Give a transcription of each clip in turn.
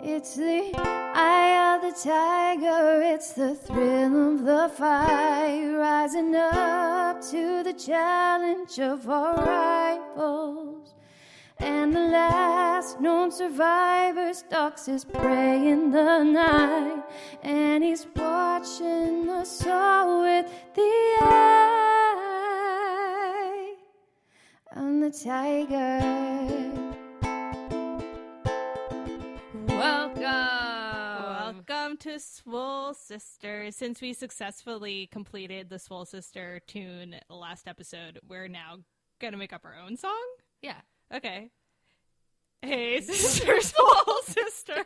It's the eye of the tiger, it's the thrill of the fight, rising up to the challenge of our rivals. And the last known survivor stalks his prey in the night, and he's watching the soul with the eye. I'm the tiger. Welcome. Um, Welcome to Swole Sister. Since we successfully completed the Swole Sister tune last episode, we're now gonna make up our own song. Yeah. Okay. Hey, sister, Swole Sister.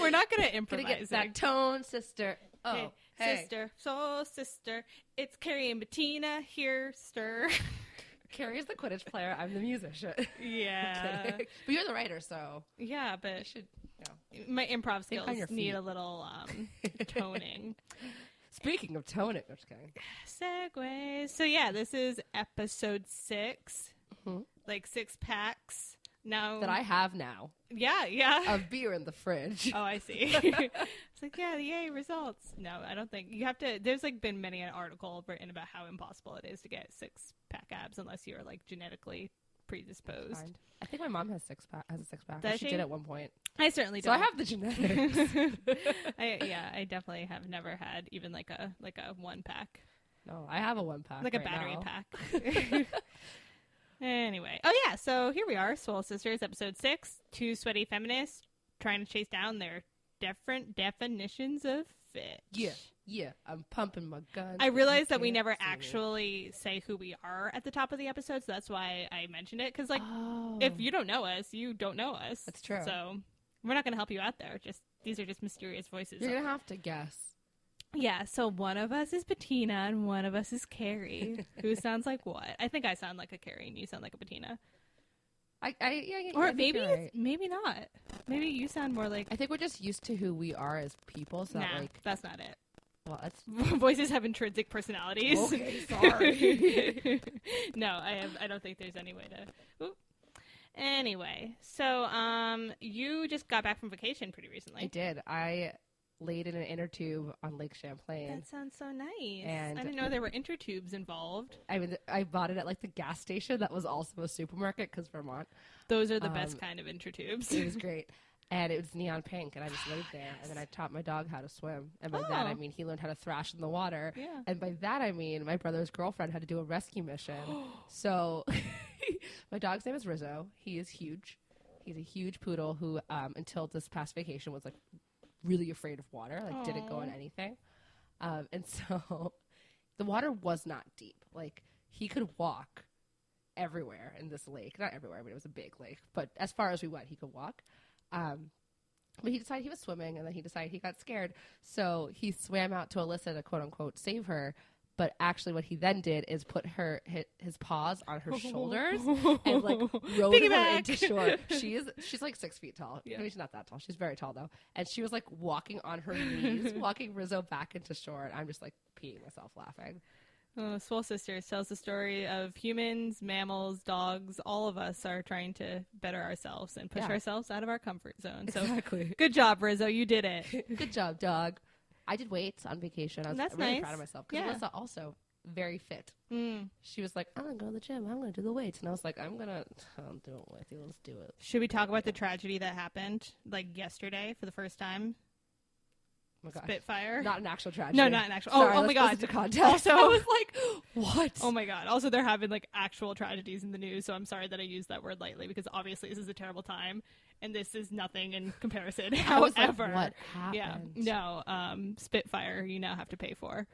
We're not gonna Gonna improvise. get it. back tone, sister. Oh, Hey, sister, soul sister. It's Carrie and Bettina here, stir. Carrie's the Quidditch player. I'm the musician. yeah, Kidding. but you're the writer, so yeah, you but should. You know. my improv skills on your need feet. a little um, toning. Speaking of toning, I'm just kidding. Segways. So yeah, this is episode 6 Mhm. like six packs. Now That I have now yeah yeah. of beer in the fridge. oh, I see. it's like yeah, yay results. No, I don't think you have to. There's like been many an article written about how impossible it is to get six pack abs unless you are like genetically predisposed. Fine. I think my mom has six pack. Has a six pack. Does she, she? did at one point. I certainly So don't. I have the genetics. I, yeah, I definitely have never had even like a like a one pack, no, I have a one pack. like a right battery now. pack. anyway, oh yeah, so here we are, Swole Sisters, episode six. Two sweaty feminists trying to chase down their different definitions of fit. Yeah, yeah. I'm pumping my guns. I but you realized that we can't never see me. actually say who we are at the top of the episode, so that's why I mentioned it. Because like, Oh. if you don't know us, you don't know us. That's true. So we're not going to help you out there. Just these are just mysterious voices. you're gonna have to guess. Yeah, so one of us is Bettina and one of us is Carrie. Who sounds like what? I think I sound like a Carrie and you sound like a Bettina. I, I, yeah, yeah, I Or think maybe you're it's, right. maybe not. Maybe you sound more like I think we're just used to who we are as people, so Nah, that like, that's not it. well, that's Voices have intrinsic personalities. okay. Sorry. no, I have, I don't think there's any way to. Oop. Anyway, so um you just got back from vacation pretty recently. I did. I laid in an inner tube on Lake Champlain. That sounds so nice. And- I didn't know there were intertubes involved. I mean, I bought it at like the gas station that was also a supermarket because Vermont. Those are the Um, best kind of intertubes. It was great. And it was neon pink, and I just laid there. And then I taught my dog how to swim. And by that, I Oh. mean he learned how to thrash in the water. Yeah. And by that, I mean my brother's girlfriend had to do a rescue mission. so my dog's name is Rizzo. He is huge. He's a huge poodle who, um, until this past vacation, was like really afraid of water, like didn't go in Aw. anything. Um, and so the water was not deep. Like he could walk everywhere in this lake. Not everywhere, but it was a big lake. But as far as we went, he could walk. Um, but he decided he was swimming, and then he decided he got scared. So he swam out to Alyssa to quote unquote save her. But actually, what he then did is put her his, his paws on her shoulders and like rode her Piggyback. into shore. She is she's like six feet tall. Yeah. I mean, she's not that tall. She's very tall though, and she was like walking on her knees, walking Rizzo back into shore. And I'm just like peeing myself laughing. Uh, Swole Sisters tells the story of humans, mammals, dogs. All of us are trying to better ourselves and push Yeah. ourselves out of our comfort zone. So exactly. good job, Rizzo. You did it. Good job, dog. I did weights on vacation. I was That's really nice. proud of myself because Yeah. Alyssa also very fit. Mm. She was like, "I'm gonna go to the gym. I'm gonna do the weights," and I was like, "I'm gonna I'm doing with you. Let's do it." Oh Should we talk about the tragedy that happened like yesterday for the first time? Oh my gosh. Spitfire. Not an actual tragedy. no, not an actual. Sorry, oh, oh my let's god. listen to context. Also- I was like, "What?" Oh my god. Also, there have been like actual tragedies in the news, so I'm sorry that I used that word lightly because obviously this is a terrible time and this is nothing in comparison. I was like, However, "What yeah, happened?" no, um, Spitfire you now have to pay for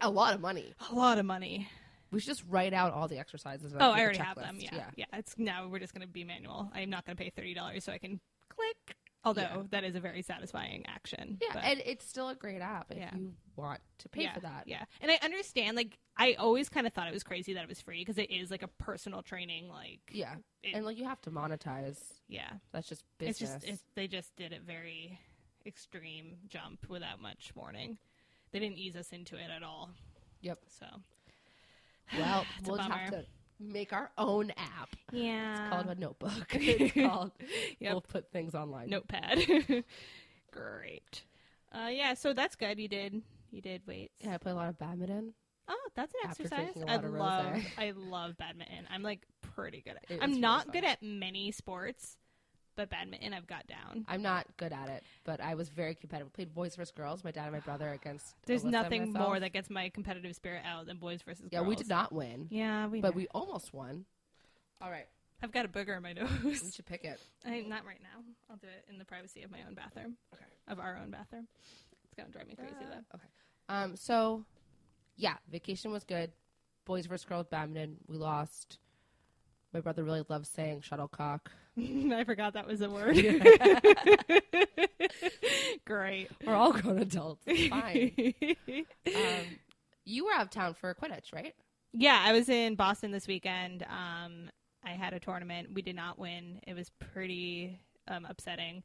a lot of money. a lot of money. We should just write out all the exercises. and Oh, make I a already have them. checklist. Yeah. yeah, It's now we're just gonna be manual. I'm not gonna pay thirty dollars so I can click. Although Yeah. that is a very satisfying action. Yeah, but- and it's still a great app if Yeah. you want to pay yeah, for that. Yeah, and I understand. Like, I always kind of thought it was crazy that it was free because it is like a personal training. Like, Yeah, It- and like you have to monetize. yeah. That's just business. It's just it's, they just did a very extreme jump without much warning. They didn't ease us into it at all. Yep. So Well, It's a we'll just have bummer. to make our own app. yeah, It's called a notebook. It's called. Yep. We'll put things online. notepad. Great. Uh, yeah, so that's good. You did. You did weights. Yeah, I play a lot of badminton. Oh, that's an After exercise. drinking a I lot of rosé. love. I love badminton. I'm like pretty good at. It is I'm really not fun. good at many sports, but badminton I've got down. I'm not good at it, but I was very competitive. Played boys versus girls. My dad and my brother against. There's Alyssa and nothing myself. more that gets my competitive spirit out than boys versus Yeah, girls. we did not win, Yeah, we. but know. we almost won. All right, I've got a booger in my we nose. should pick it. I, not right now. I'll do it in the privacy of my own bathroom. Okay. Of our own bathroom. It's gonna drive me crazy Uh, though. Okay. Um. So, yeah, vacation was good. Boys versus girls badminton. We lost. My brother really loves saying shuttlecock. I forgot that was a word. Great. We're all grown adults. It's fine. um, um, you were out of town for Quidditch, right? yeah, I was in Boston this weekend. Um, I had a tournament. We did not win. It was pretty um, upsetting.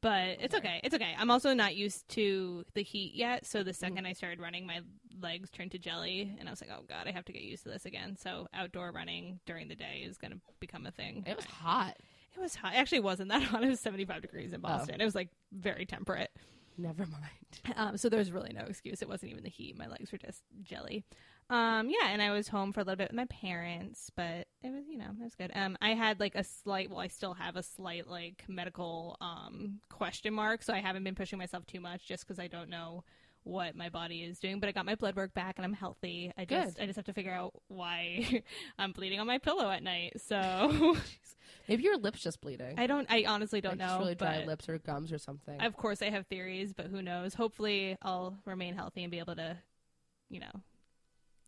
But it's sorry. okay. It's okay. I'm also not used to the heat yet. So the second I started running, my legs turned to jelly. And I was like, oh, God, I have to get used to this again. So outdoor running during the day is going to become a thing. It was hot. It was hot. Actually, it wasn't that hot. It was 75 degrees in Boston. It was like very temperate. Never mind. Um, so there was really no excuse. It wasn't even the heat. My legs were just jelly. Um, yeah, and I was home for a little bit with my parents, but it was, you know, it was good. Um, I had like a slight, well, I still have a slight like medical um, question mark, so I haven't been pushing myself too much just because I don't know what my body is doing. But I got my blood work back and I'm healthy. I just, Good. I just have to figure out why I'm bleeding on my pillow at night. So Maybe your lips just bleeding. I don't, I honestly don't like know. Just really dry but- lips or gums or something. of course I have theories, but who knows? Hopefully I'll remain healthy and be able to, you know,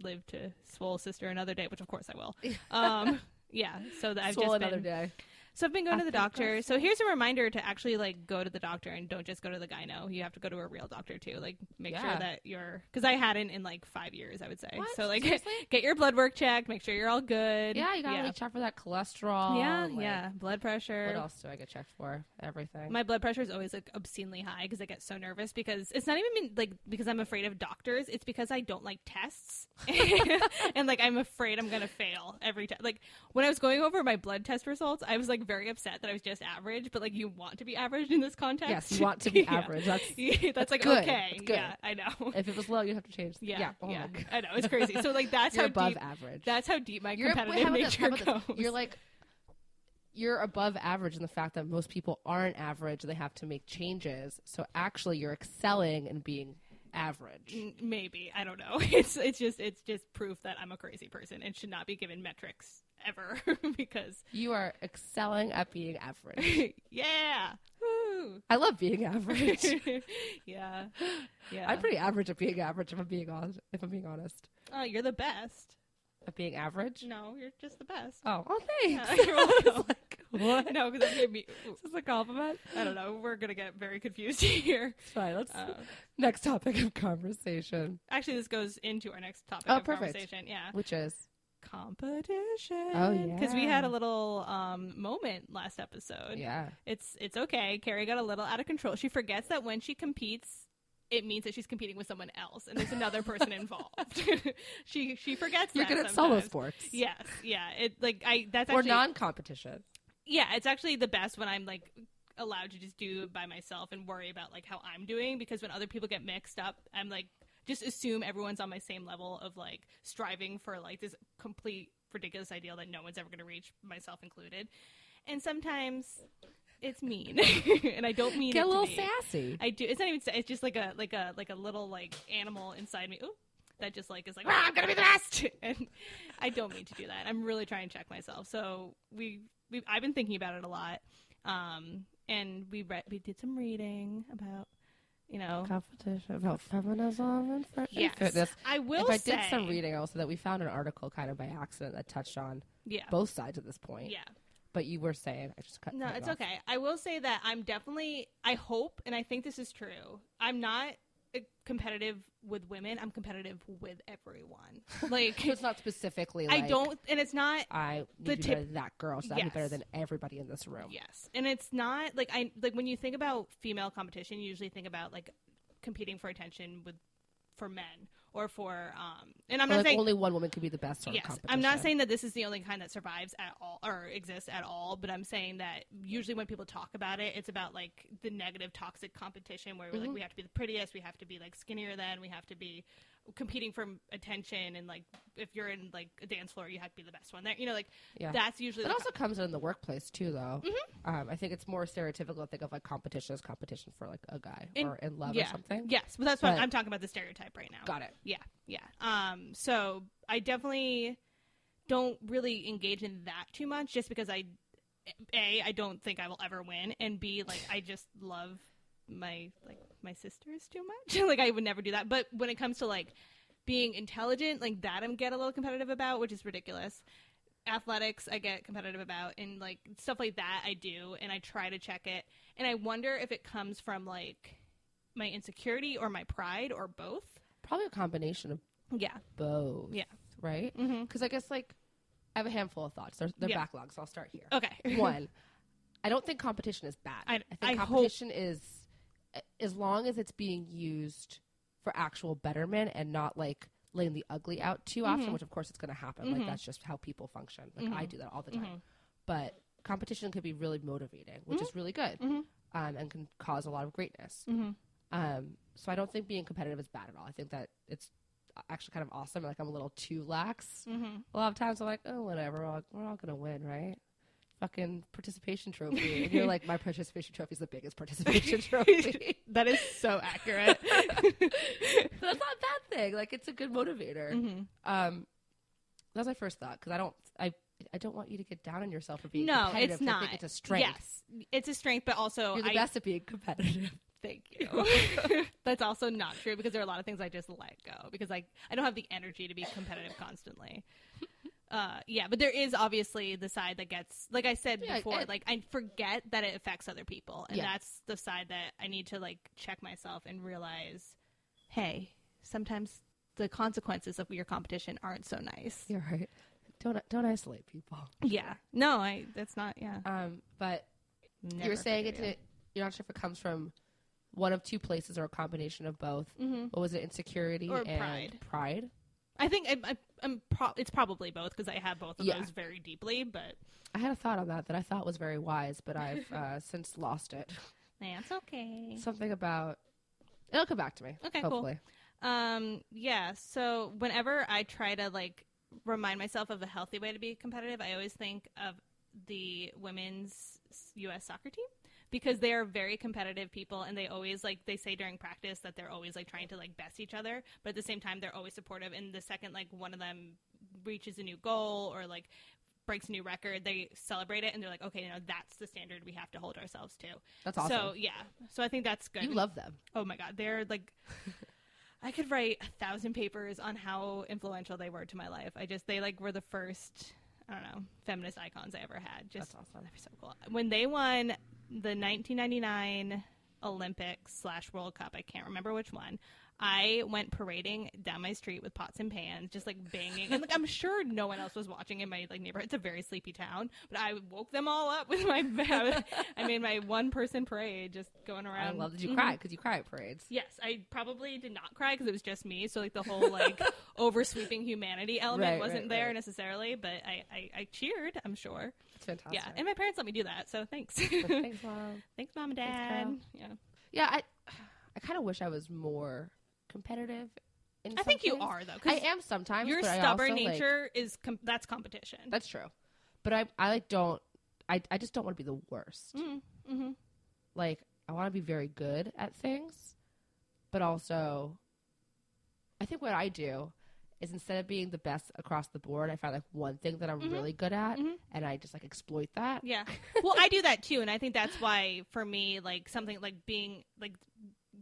live to swole sister another day, which of course I will. Um, yeah. So that I've Swole just another been, day. so I've been going to the After doctor. first So here's a reminder to actually like go to the doctor and don't just go to the gyno. You have to go to a real doctor too. Like make sure Yeah. that you're, cause I hadn't in like five years, I would say. What? So like Seriously? get your blood work checked, make sure you're all good. yeah, you gotta like check for that cholesterol. yeah, like, yeah. Blood pressure. What else do I get checked for? Everything. My blood pressure is always like obscenely high because I get so nervous because it's not even mean, like because I'm afraid of doctors. It's because I don't like tests and like I'm afraid I'm gonna fail every time. Like when I was going over my blood test results, I was like very upset that I was just average. But like you want to be average in this context. yes, you want to be Yeah. average. That's Yeah, that's, like good. okay. That's good. Yeah, I know. if it was low, you'd have to change. Yeah, yeah. yeah. Oh my god. I know it's crazy. So like that's You're how above deep. average. That's how deep my you're wait, competitive how about this? nature How about goes. this? You're like you're above average in the fact that most people aren't average and they have to make changes. So actually, you're excelling and being average. N- maybe i don't know it's it's just it's just proof that i'm a crazy person and should not be given metrics ever because You are excelling at being average. yeah Woo. I love being average. yeah yeah I'm pretty average at being average. If I'm being honest, if I'm being honest, oh you're the best at being average. no you're just the best Oh, well, thanks. Yeah, you're welcome. like, what? no because i'm gonna be Is this a compliment? i don't know we're gonna get very confused here Sorry, let's uh, next topic of conversation, actually this goes into our next topic Oh, of perfect. conversation yeah which is competition because we yeah. had a little um moment last episode yeah, It's it's okay. Carrie got a little out of control. She forgets that when she competes, it means that she's competing with someone else, and there's another person involved. she she forgets. you're that good at solo sometimes. sports. Yes, yeah. It like I that's or actually non-competition. yeah. It's actually the best when I'm like allowed to just do it by myself and worry about like how I'm doing because when other people get mixed up, I'm like just assume everyone's on my same level of like striving for like this complete ridiculous ideal that no one's ever going to reach, myself included. And sometimes it's mean, and I don't mean Get it a little to be. sassy. I do. It's not even. sa- It's just like a like a like a little like animal inside me. Ooh, that just like is like "Rah, I'm gonna be the best, and I don't mean to do that. I'm really trying to check myself. So we we I've been thinking about it a lot, um, and we read we did some reading about you know competition about feminism and, fit- and yes fitness. I will if I say did some reading, I will say that we found an article kind of by accident that touched on yeah both sides at this point. yeah But you were saying, I just cut. No, cut you it's off. okay. I will say that I'm definitely, I hope, and I think this is true. I'm not uh, competitive with women. I'm competitive with everyone. Like, So it's not specifically. I like, don't, and it's not I need the to be tip- better than that girl. So that'd be Yes. better than everybody in this room. Yes, and it's not like I like when you think about female competition, you usually think about like competing for attention with for men or for um and I'm Or, not like, saying only one woman could be the best sort of Yes, competition. I'm not saying that this is the only kind that survives at all or exists at all, but I'm saying that usually when people talk about it, it's about like the negative toxic competition where we're like Mhm. we have to be the prettiest, we have to be like skinnier than, we have to be competing for attention and like if you're in like a dance floor, you have to be the best one there. You know, like Yeah. that's usually It the also comes in the workplace too, though. Mm-hmm. Um, I think it's more stereotypical to think of like competition as competition for like a guy In- or in love yeah. or something. Yes, but that's what But- I'm talking about the stereotype right now. Got it. Yeah, yeah. Um, so I definitely don't really engage in that too much, just because I, a, I don't think I will ever win, and b, like I just love my like my sisters too much. like I would never do that. But when it comes to like being intelligent, like that, I'm get a little competitive about, which is ridiculous. Athletics, I get competitive about, and like stuff like that, I do, and I try to check it, and I wonder if it comes from like my insecurity or my pride or both. Probably a combination of Yeah. both. Yeah. Right? Mm-hmm. Because I guess like I have a handful of thoughts. They're, they're Yeah. backlogs. I'll start here. Okay. One, I don't think competition is bad. I- I think hope- competition is as long as it's being used for actual betterment and not like laying the ugly out too often, Mhm. which of course it's going to happen. Mhm. Like that's just how people function. Like I Mhm. do that all the time. Mhm. But competition could be really motivating, which is really good, Mhm. um, and can cause a lot of greatness. Mhm. Um, so I don't think being competitive is bad at all. I think that it's uh, actually kind of awesome. Like I'm a little too lax Mhm. a lot of times I'm like, oh, whatever, we're all, we're all gonna win, right? Fucking participation trophy. And you're like, my participation trophy is the biggest participation trophy. That is so accurate. That's not a bad thing. Like, it's a good motivator. Mhm. Um, that was my first thought because I don't, I, I don't want you to get down on yourself for being No, competitive. it's 'cause I not. think it's a strength. Yes, it's a strength, but also You're the I best at being competitive. thank you. That's also not true because there are a lot of things I just let go because I I don't have the energy to be competitive constantly. Uh, yeah, but there is obviously the side that gets, like I said Yeah, before, it- like I forget that it affects other people, and Yeah. that's the side that I need to like check myself and realize, hey, sometimes the consequences of your competition aren't so nice. You're right. Don't don't isolate people. Yeah. No, I. That's not. Yeah. Um, but you Never were saying it. figure To, you're not sure if it comes from one of two places or a combination of both. out. Mhm. what was it insecurity Or and pride. pride I think I, I, I'm. Pro- it's probably both because I have both of Yeah. those very deeply. But i had a thought on that that i thought was very wise but i've uh, since lost it that's okay. something about it'll come back to me Okay, cool. hopefully Um. Yeah. So whenever I try to like remind myself of a healthy way to be competitive, I always think of the women's U.S. soccer team because they are very competitive people, and they always like they say during practice that they're always like trying to like best each other, but at the same time they're always supportive. And the second like one of them reaches a new goal or like breaks a new record, they celebrate it and they're like, okay, you know that's the standard we have to hold ourselves to. that's awesome So yeah, so I think that's good. you love them Oh my god, they're like I could write a thousand papers on how influential they were to my life. I just they like were the first I don't know feminist icons I ever had. Just that's awesome they're so cool. When they won the 1999 Olympics slash World Cup, I can't remember which one. I went parading down my street with pots and pans, just like banging. And like, I'm sure no one else was watching in my like neighborhood. It's a very sleepy town, but I woke them all up with my. I made my one person parade, just going i around. love that you Mhm. cry because you cry at parades Yes, I probably did not cry because it was just me. So like the whole like oversweeping humanity element Right, wasn't right, there right. necessarily, but I, I I cheered. I'm sure. it's fantastic yeah, and my parents let me do that, so thanks. Thanks, Mom. thanks, mom and Thanks, dad. Kyle. yeah, yeah i i kind of wish i was more competitive in I some think you things. are though. i Because am sometimes your but I stubborn also, like- nature is com- that's competition. that's true but i i like don't i, I just don't want to be the worst mm, hmm like I want to be very good at things, but also I think what I do is instead of being the best across the board, I find like one thing that I'm Mhm. really good at Mhm. and I just like exploit that. Yeah. Well, I do that too, and I think that's why for me, like something like being like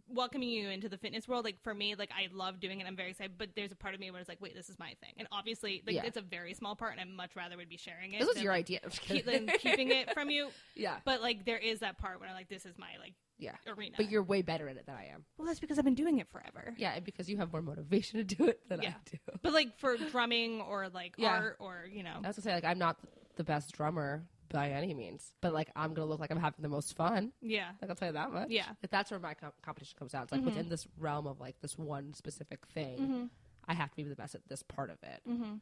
welcoming you into the fitness world, like for me, like I love doing it. I'm very excited, but there's a part of me where it's like, wait, this is my thing, and obviously, like Yeah. it's a very small part, and I much rather would be sharing it. This was than, your like, idea. I'm just keep- kidding. than keeping it from you, yeah. but like there is that part when I'm like, this is my like Yeah. arena. But you're way better at it than I am. well, that's because I've been doing it forever. Yeah, and because you have more motivation to do it than Yeah. I do. But like for drumming or like Yeah. art or you know, I was gonna say like I'm not the best drummer, by any means, but like I'm gonna look like I'm having the most fun. Yeah. Like I'll tell you that much. Yeah. Like, that's where my com- competition comes out. It's like Mhm. within this realm of like this one specific thing, Mm-hmm. I have to be the best at this part of it, Mm-hmm.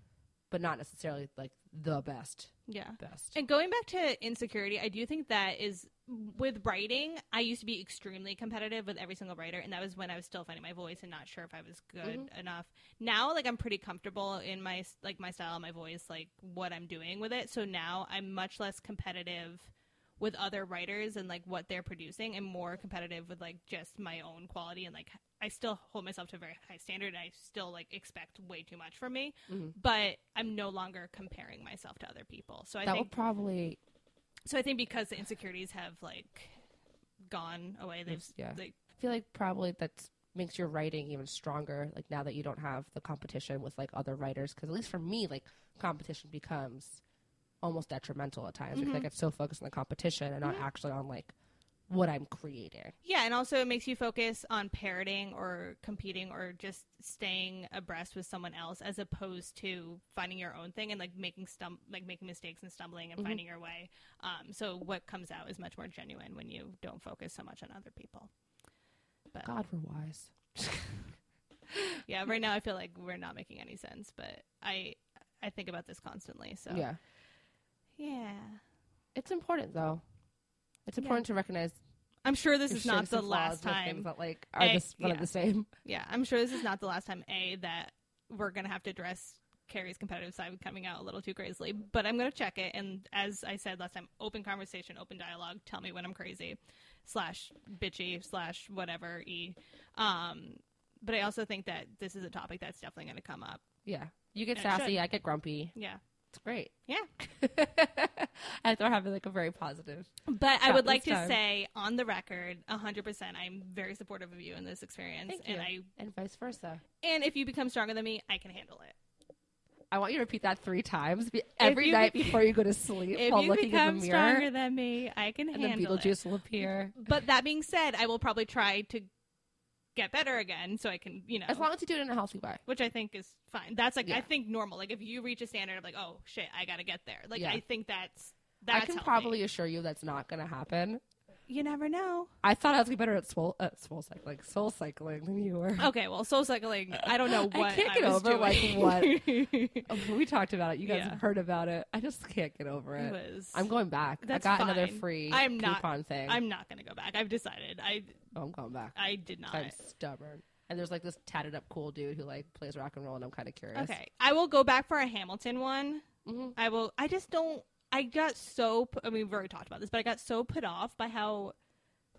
but not necessarily like the best. Yeah. Best. And going back to insecurity, I do think that is with writing. I used to be extremely competitive with every single writer, and that was when I was still finding my voice and not sure if I was good enough. Now, like I'm pretty comfortable in my like my style, my voice, like what I'm doing with it. So now I'm much less competitive with other writers and like what they're producing, and more competitive with like just my own quality and like. I still hold myself to a very high standard. And I still like expect way too much from me, Mhm. but I'm no longer comparing myself to other people. So I that think will probably so I think because the insecurities have like gone away, they've Yeah. like I feel like probably that makes your writing even stronger like now that you don't have the competition with like other writers because at least for me like competition becomes almost detrimental at times Mm-hmm. because I get so focused on the competition and not actually on like what i'm creating yeah, and also it makes you focus on parroting or competing or just staying abreast with someone else as opposed to finding your own thing and like making stum like making mistakes and stumbling and Mhm. finding your way. Um, so what comes out is much more genuine when you don't focus so much on other people. But god we're wise yeah, right now I feel like we're not making any sense, but I I think about this constantly. So yeah yeah. it's important though it's Yeah. important to recognize I'm sure this your is not strengths and the flaws last with time things that like are Eh, this one of yeah. the same Yeah, I'm sure this is not the last time A that we're gonna have to address Carrie's competitive side coming out a little too crazily, but I'm gonna check it. And as I said last time, open conversation, open dialogue. Tell me when I'm crazy, slash bitchy, slash whatever. E. Um, but I also think that this is a topic that's definitely gonna come up. yeah you get Yeah, it sassy i get grumpy Yeah, it's great yeah. i thought having like a very positive But I Chat would like this to time. say on the record, 100. percent I'm very supportive of you in this experience, Thank and you. and vice versa I and if you become stronger than me, I can handle it. I want you to repeat that three times be- every you night be- before you go to sleep If while you looking in become the mirror. stronger than me, I can and then handle it. Beetlejuice will appear. But that being said, I will probably try to get better again so I can, you know, As long as you do it in a healthy way. which I think is fine. That's like, I Yeah. think normal. Like, if you reach a standard of like, oh shit, I gotta get there. Like, Yeah. I think that's, that's I can healthy. probably assure you that's not going to happen. you never know. I thought I was better at soul, uh, soul cycling, soul cycling than you were. Okay, well, soul cycling, I don't know I what I, can't get was over, like, doing. what- it Oh, we talked about it. You guys Yeah. have heard about it. I just can't get over it. was. I'm going back. That's I got another fine. free I'm not- coupon thing. I'm not gonna go back. I've decided. I, oh, I'm going back. I did not. I'm stubborn. And there's like this tatted up cool dude who like plays rock and roll, and I'm kind of curious. Okay, I will go back for a Hamilton one. hmm I will. I just don't. I got so. p- I mean, we've already talked about this, but I got so put off by how,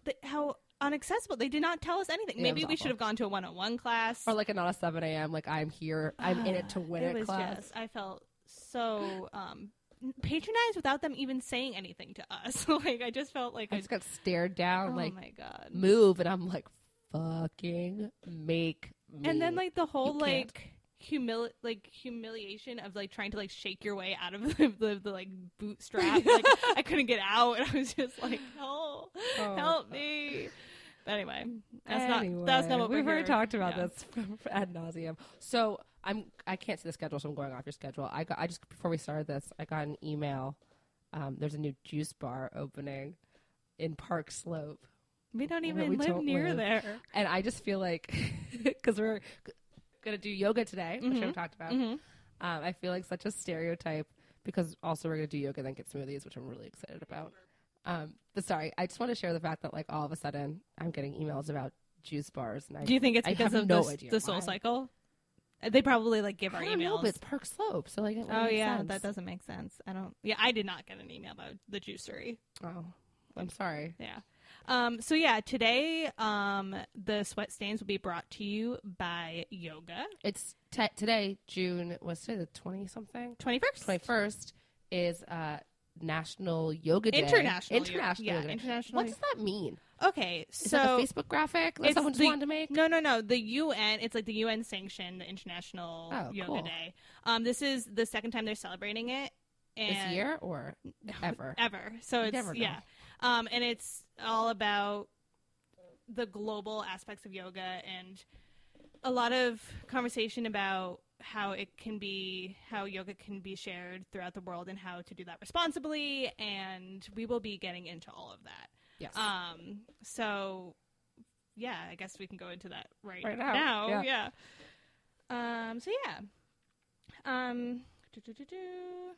the, how unaccessible they did not tell us anything. Yeah, it Maybe was we awful. should have gone to a one-on-one class. Or like a not a 7 a.m. Like I'm here, I'm in it to win it it, was class. just. I felt so um patronized without them even saying anything to us. like I just felt like I a- just got stared oh down, like my god. move, and I'm like, fucking make me. and then like the whole You can't. like humil like humiliation of like trying to like shake your way out of the, the, the like bootstrap like i couldn't get out and i was just like help Oh, help God. me but anyway that's not that's not Anyway, what we've we're already here- talked about yeah. this ad nauseum. So I'm I can't see the schedule, so I'm going off your schedule. I got I just before we started this, I got an email. Um, there's a new juice bar opening in Park Slope, we don't where even we live don't near live. there and I just feel like because we're g- gonna do yoga today, which I've talked about. Mhm. Um, I feel like such a stereotype because also we're gonna do yoga, then get smoothies, which I'm really excited about. Um, but sorry, I just want to share the fact that like all of a sudden I'm getting emails about juice bars, and I, do you think it's I because have of no the, idea the soul why. cycle Uh, they probably like give our I don't know, emails but it's Park Slope, so like it oh makes yeah sense. that doesn't make sense i don't yeah i did not get an email about the juicery Oh, I'm sorry. Yeah. Um, so yeah, today um, the sweat stains will be brought to you by yoga. It's t- today, June. What's today? The twenty something, Twenty first. twenty first is uh National Yoga Day. International. Yoga- International. Yeah, Yoga Day. international. What does that mean? okay, Is so that the Facebook graphic that it's someone just the- wanted to make? No, no, no. The UN, it's like the UN sanctioned the International Oh, Yoga cool. Day. Um, this is the second time they're celebrating it. And this year or ever? Ever. So You it's never know. yeah. Um, and it's all about the global aspects of yoga and a lot of conversation about how it can be how yoga can be shared throughout the world and how to do that responsibly and we will be getting into all of that Yes. um so yeah i guess we can go into that right, Right now, now, yeah. um so yeah um doo-doo-doo-doo.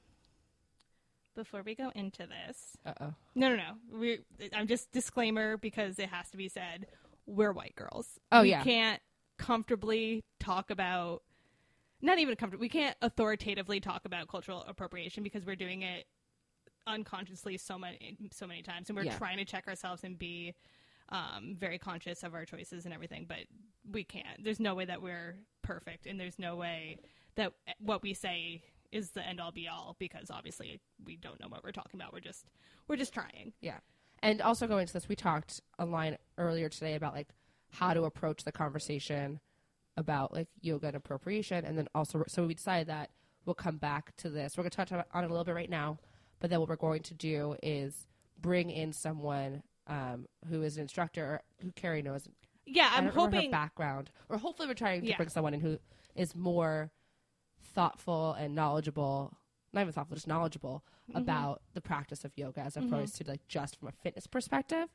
before we go into this uh oh. no no no we i'm just disclaimer because it has to be said we're white girls Oh, we yeah. can't comfortably talk about not even comfortable we can't authoritatively talk about cultural appropriation because we're doing it unconsciously so many so many times and we're Yeah. trying to check ourselves and be um, very conscious of our choices and everything but we can't there's no way that we're perfect and there's no way that what we say is the end all be all because obviously we don't know what we're talking about we're just we're just trying Yeah. And also going into this, we talked online earlier today about like how to approach the conversation about like yoga and appropriation. And then also, so we decided that we'll come back to this. We're going to touch on it a little bit right now, but then what we're going to do is bring in someone um, who is an instructor who Carrie knows. yeah I i'm don't remember hoping her background, or hopefully we're trying to Yeah. bring someone in who is more thoughtful and knowledgeable. Not even thoughtful, just knowledgeable Mhm. about the practice of yoga as Mhm. opposed to like just from a fitness perspective,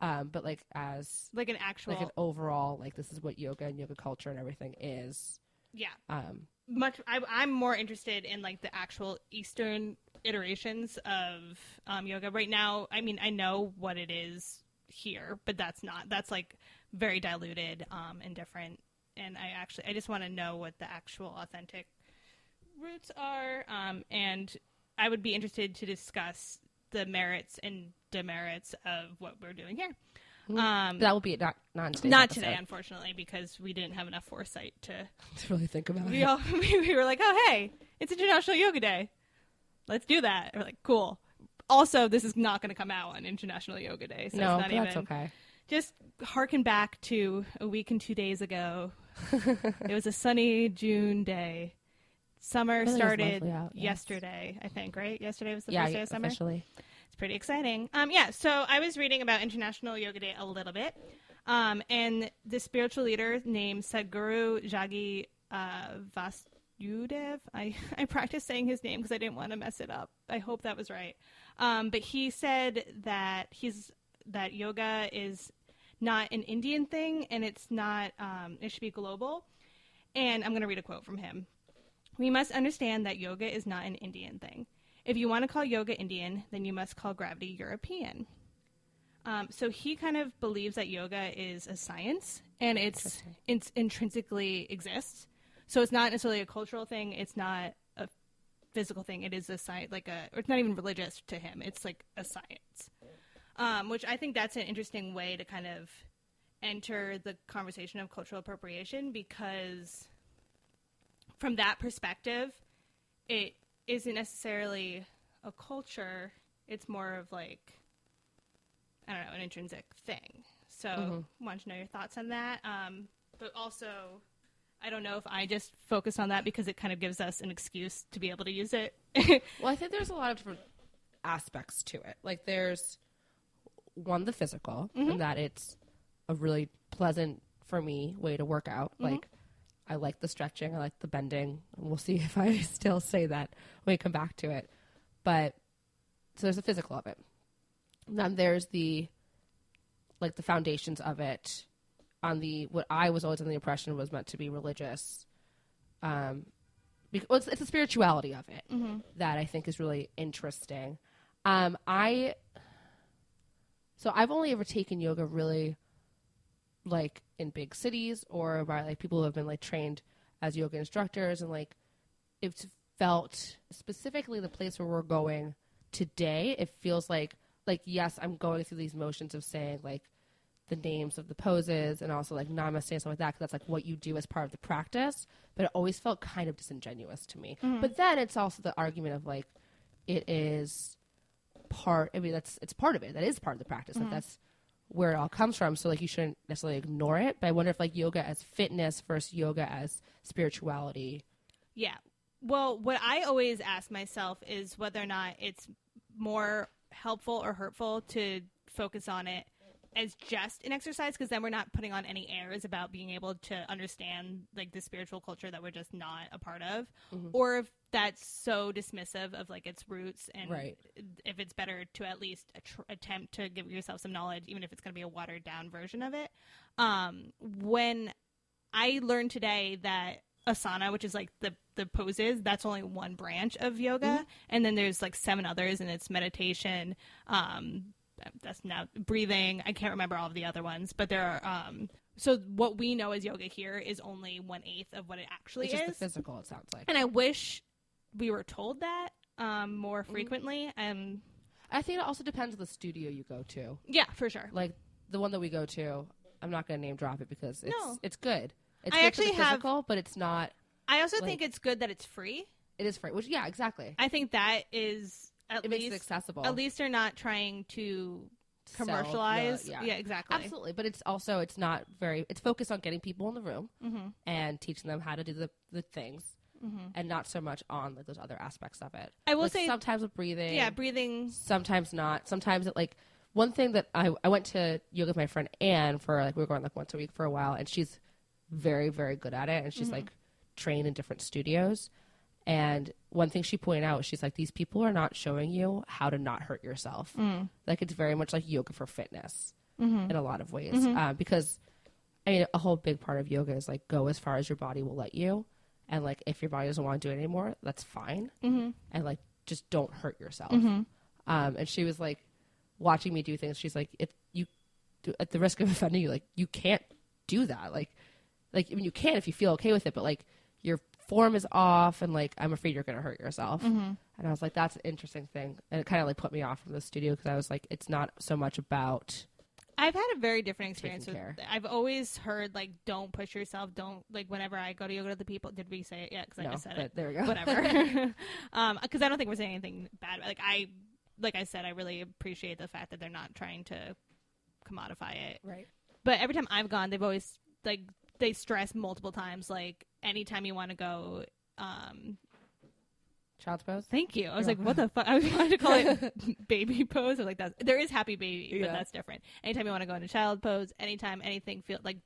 um, but like as like an actual like an overall like this is what yoga and yoga culture and everything is. yeah Um, much I, i'm more interested in like the actual eastern iterations of um, yoga right now i mean i know what it is here but that's not that's like very diluted um, and different and i actually i just want to know what the actual authentic roots are um, and i would be interested to discuss the merits and demerits of what we're doing here Mhm. um, that will be it, not not in today's not episode, today unfortunately because we didn't have enough foresight to to really think about we it. all we, we were like, oh hey, it's International Yoga Day, let's do that. And we're like, cool. Also, this is not going to come out on International Yoga Day, so it's no, but not even. that's okay. Just harken back to a week and two days ago. it was a sunny June day. Summer Really was started lovely out, yes. yesterday, I think. Right? Yesterday was the yeah, first day of summer. officially. It's pretty exciting. Um, yeah, so I was reading about International Yoga Day a little bit, um, and the spiritual leader named Sadhguru Jagi uh, Vasudev. I, I practiced saying his name because I didn't want to mess it up. I hope that was right. Um, but he said that he's that yoga is not an Indian thing, and it's not. Um, it should be global. And I'm going to read a quote from him. We must understand that yoga is not an Indian thing. If you want to call yoga Indian, then you must call gravity European. Um, so he kind of believes that yoga is a science and it's, Interesting. it's intrinsically exists. So it's not necessarily a cultural thing. It's not a physical thing. It is a science, like a, or it's not even religious to him. It's like a science, um, which I think that's an interesting way to kind of enter the conversation of cultural appropriation because from that perspective, it isn't necessarily a culture. It's more of like, I don't know, an intrinsic thing. So, Mhm. want to know your thoughts on that. Um, but also, I don't know if I just focus on that because it kind of gives us an excuse to be able to use it. Well, I think there's a lot of different aspects to it. Like there's one the physical and that it's a really pleasant for me way to work out. Like I like the stretching, I like the bending. We'll see if I still say that when we come back to it. But so there's the physical of it. And then there's the like the foundations of it on the what I was always under the impression was meant to be religious. Um because, well, it's, it's the spirituality of it that I think is really interesting. Um, I so I've only ever taken yoga really like in big cities or by like people who have been like trained as yoga instructors and like it's felt specifically the place where we're going today it feels like like yes i'm going through these motions of saying like the names of the poses and also like namaste and stuff like that 'cause that's like what you do as part of the practice but it always felt kind of disingenuous to me but then it's also the argument of like it is part i mean that's it's part of it that is part of the practice Mm-hmm. like that's where it all comes from so like you shouldn't necessarily ignore it but i wonder if like yoga as fitness versus yoga as spirituality Yeah. Well, what I always ask myself is whether or not it's more helpful or hurtful to focus on it as just an exercise because then we're not putting on any airs about being able to understand like the spiritual culture that we're just not a part of Mhm. or if that's so dismissive of like its roots and Right. if it's better to at least attr- attempt to give yourself some knowledge even if it's going to be a watered down version of it um when i learned today that asana which is like the the poses that's only one branch of yoga Mm-hmm. and then there's like seven others and it's meditation um that's now breathing i can't remember all of the other ones but there are um so what we know as yoga here is only one eighth of what it actually It's just the is physical. It sounds like. and I wish we were told that um, more Mm-hmm. frequently. Um, I think it also depends on the studio you go to. yeah, for sure. Like the one that we go to, I'm not going to name drop it because it's No. it's good. It's I good actually for the have- physical, but it's not. I also like- think it's good that it's free. It is free. Which yeah, exactly. I think that is at it makes it least accessible. at least they're not trying to Sell the- commercialize. yeah. yeah. exactly. Absolutely, but it's also it's not very. It's focused on getting people in the room Mm-hmm. and teaching them how to do the, the things, Mm-hmm. and not so much on like those other aspects of it. I will Like, say, sometimes with breathing, yeah, breathing. sometimes not. Sometimes it like one thing that I I went to yoga with my friend Anne for like we were going like once a week for a while, and she's very very good at it, and she's like trained in different studios. And one thing she pointed out, she's like, these people are not showing you how to not hurt yourself. Like it's very much like yoga for fitness in a lot of ways, uh, because I mean a whole big part of yoga is like go as far as your body will let you, and like if your body doesn't want to do it anymore, that's fine, Mhm. and like just don't hurt yourself. Um, and she was like watching me do things. She's like, if you do, at the risk of offending you, like you can't do that. Like, like I mean, you can if you feel okay with it, but like your form is off, and like I'm afraid you're gonna hurt yourself. And I was like, that's an interesting thing, and it kind of like put me off from the studio because I was like, it's not so much about I've had a very different experience with. Taking I've always heard like, don't push yourself. Don't like. Whenever I go to yoga to the people, did we say it yet? Because I no, just said but it. there we go. whatever. um, because I don't think we're saying anything bad. Like I, like I said, I really appreciate the fact that they're not trying to commodify it. right. But every time I've gone, they've always like they stress multiple times. Like anytime you want to go. Um, Child's pose. thank you. I was You're like, what the fuck? I was wanted to call it baby pose. I was like, that's there is happy baby, Yeah. but that's different. Anytime you want to go into child pose, anytime anything feel like.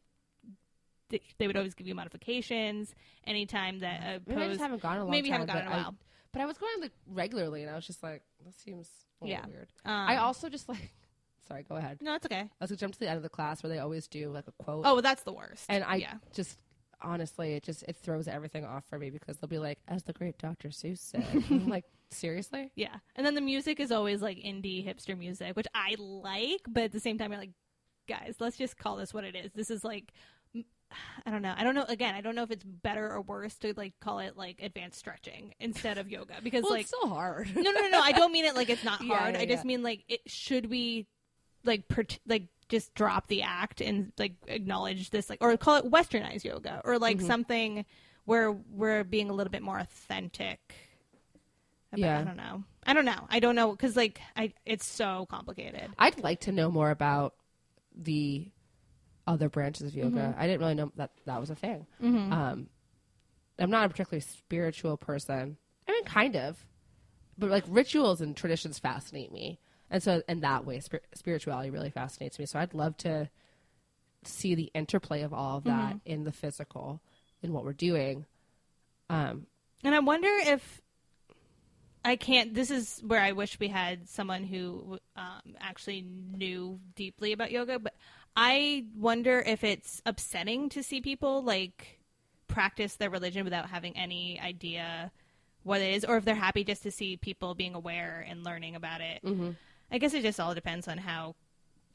th- They would always give you modifications. Anytime that a Maybe I pose, just haven't gone in a long maybe you time, haven't gone in but a I- while. but I was going like regularly, and I was just like, this seems a little Yeah. weird. Um, I also just like, sorry, go ahead. No, it's okay. I was gonna jump to the end of the class where they always do like a quote. Oh, well, that's the worst. and I yeah. just honestly, it just it throws everything off for me because they'll be like, as the great Dr. Seuss said, And I'm like seriously. Yeah. And then the music is always like indie hipster music, which I like, but at the same time, you're like, guys, let's just call this what it is. This is like, m- I don't know. I don't know. Again, I don't know if it's better or worse to like call it like advanced stretching instead of yoga because well, like, it's still hard. no, no, no, no. I don't mean it like it's not Yeah, hard. yeah, I just yeah. mean like it should we like per- like just drop the act and like acknowledge this like or call it westernized yoga or like Mm-hmm. something where we're being a little bit more authentic. About, Yeah. I don't know. I don't know. I don't know because like I it's so complicated. I'd like to know more about the other branches of yoga. I didn't really know that that was a thing. Um, I'm not a particularly spiritual person. I mean, kind of, but like rituals and traditions fascinate me, and so in that way, spir- spirituality really fascinates me. So I'd love to see the interplay of all of that in the physical, in what we're doing. Um, And I wonder if I can't. This is where I wish we had someone who um, actually knew deeply about yoga. But I wonder if it's upsetting to see people like practice their religion without having any idea what it is, or if they're happy just to see people being aware and learning about it. I guess it just all depends on how.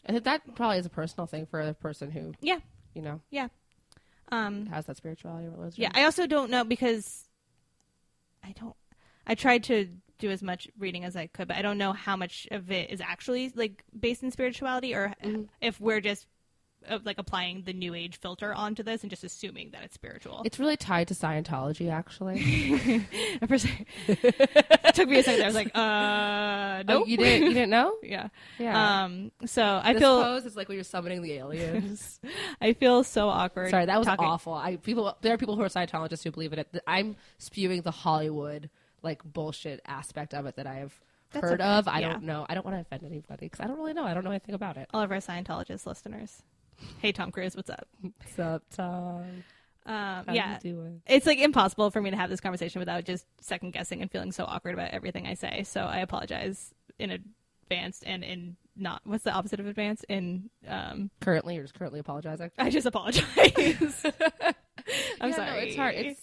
I think that probably is a personal thing for the person who Yeah, you know yeah. Um, has that spirituality or religion. Yeah, I also don't know because I don't. I tried to do as much reading as I could, but I don't know how much of it is actually like based in spirituality, or Mm-hmm. if we're just uh, like applying the New Age filter onto this and just assuming that it's spiritual. It's really tied to Scientology, actually. At first, I- it took me a second. I was like, uh, Oh, no, you didn't. You didn't know? yeah. Yeah. Um. So I this feel pose is like when you're summoning the aliens. I feel so awkward. Sorry, that was talking- awful. I people there are people who are Scientologists who believe in it. I'm spewing the Hollywood like bullshit aspect of it that I have That's heard okay. of. I Yeah. don't know. I don't want to offend anybody because I don't really know. I don't know anything about it. All of our Scientologist listeners. Hey, Tom Cruise, what's up? What's up, Tom? Um, How yeah. uh, you doing? It's like impossible for me to have this conversation without just second guessing and feeling so awkward about everything I say. So I apologize in advance and in not what's the opposite of advance? In um, Currently, you're just currently apologizing. I just apologize. I'm Yeah, sorry. No, it's hard. It's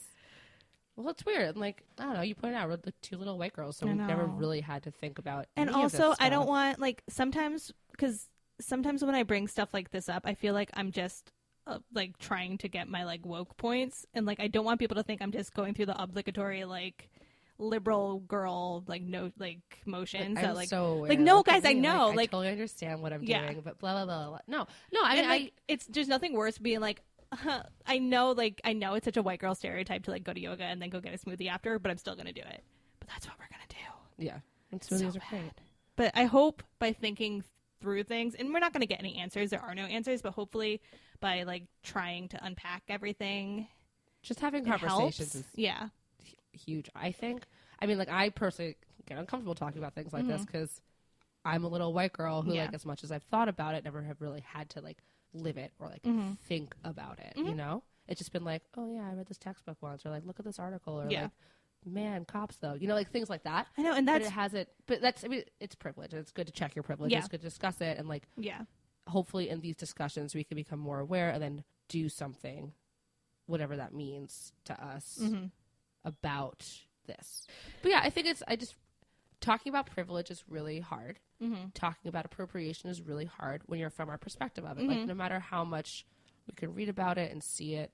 well, it's weird. And like I don't know. You pointed out we're the two little white girls, so I we've never know. really had to think about. and any of this also i don't stuff. want like sometimes because sometimes when i bring stuff like this up i feel like i'm just uh, like trying to get my like woke points and like i don't want people to think i'm just going through the obligatory like liberal girl like no like motions I'm that like so aware. like, no, Look at guys, I me, know, I like- totally understand what I'm Yeah. doing, but blah blah blah. blah. No, no. I mean, and, I. like, it's there's nothing worse being like huh, i know like i know it's such a white girl stereotype to like go to yoga and then go get a smoothie after but i'm still gonna do it but that's what we're gonna do Yeah. And So smoothies are great. But I hope by thinking through things, and we're not going to get any answers. There are no answers, but hopefully by like trying to unpack everything, Just having it helps. conversations is Yeah, huge. I think. I mean, like I personally get uncomfortable talking about things like this because I'm a little white girl who, Mm-hmm. Yeah. like, as much as I've thought about it, never have really had to like live it or like Mm-hmm. think about it. You know, it's just been like, oh yeah, I read this textbook once, or like, look at this article, or Yeah. like, man, cops though, you know, like things like that. I know, and but that's it hasn't. But that's. I mean, it's privilege. and It's good to check your privilege. Yeah. It's good to discuss it, and like, yeah, hopefully, in these discussions, we can become more aware and then do something, whatever that means to us Mhm. about this. But yeah, I think it's. I just talking about privilege is really hard. Mhm. Talking about appropriation is really hard when you're from our perspective of it. Mm-hmm. Like, no matter how much we can read about it and see it,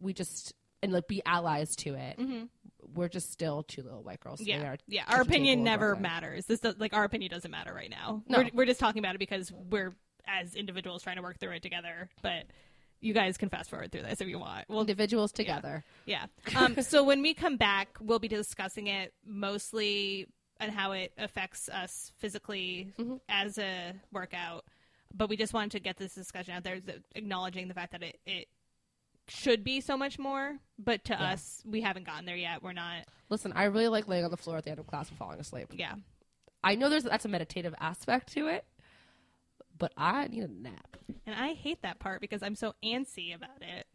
we just and like be allies to it. We're just still two little white girls. sitting Mm-hmm. yeah, at our yeah. Our kitchen table opinion in never Brooklyn. matters. This does, like our opinion doesn't matter right now. No. We're, we're just talking about it because we're as individuals trying to work through it together. But you guys can fast forward through this if you want. We'll individuals together. Yeah. Um, so when we come back, we'll be discussing it mostly and how it affects us physically as a workout. But we just wanted to get this discussion out there, th- acknowledging the fact that it, it should be so much more. But to Yeah. us, we haven't gotten there yet. We're not. Listen, I really like laying on the floor at the end of class and falling asleep. Yeah. I know there's that's a meditative aspect to it, but I need a nap. And I hate that part because I'm so antsy about it,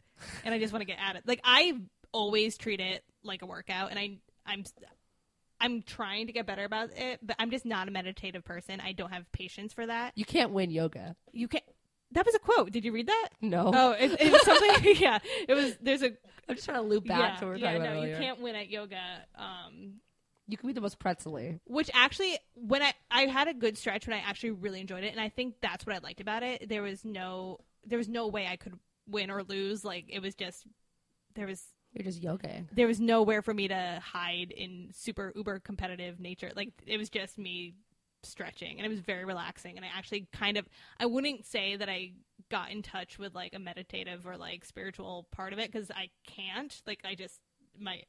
and I just want to get at it. Like I always treat it like a workout, and I I'm I'm trying to get better about it, but I'm just not a meditative person. I don't have patience for that. You can't win yoga. You can't. That was a quote. Did you read that? No, Oh, it, it was something. yeah, it was. There's a I'm just trying to loop back yeah, to what we yeah. we're talking no, about earlier. you can't win at yoga. Um, You can be the most pretzely. which actually when I I had a good stretch when I actually really enjoyed it and I think that's what I liked about it. There was no there was no way I could win or lose like it was just there was You're just yogaing. there was nowhere for me to hide in super uber competitive nature. Like it was just me stretching and it was very relaxing and I actually kind of I wouldn't say that I got in touch with like a meditative or like spiritual part of it cuz I can't. Like I just my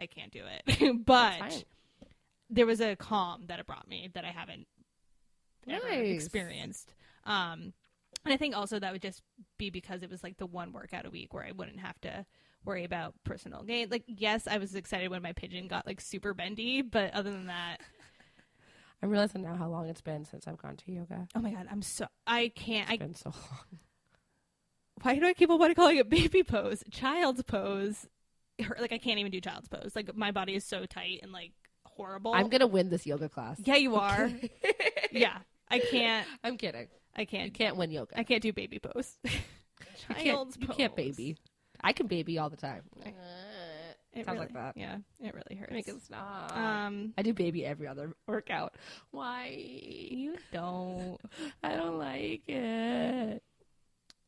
I can't do it. fine. but there was a calm that it brought me that I haven't ever Nice. experienced. Um, and I think also that would just be because it was like the one workout a week where I wouldn't have to worry about personal gain. Like, yes, I was excited when my pigeon got like super bendy, but other than that, I'm realizing now how long it's been since I've gone to yoga. oh my god, I'm so I can't. It's I been so long. why do I keep on calling it baby pose, child's pose? Her- Like, I can't even do child's pose. Like, my body is so tight and like horrible. I'm gonna win this yoga class. yeah, you are. yeah, I can't. I'm kidding. I You can't. can't win yoga. I can't do baby pose. You can't- Child's you pose. can't baby. I can baby all the time. It Sounds really, like that. Yeah, it really hurts. Make it stop. um, I do baby every other workout. Why? you don't. I don't like it.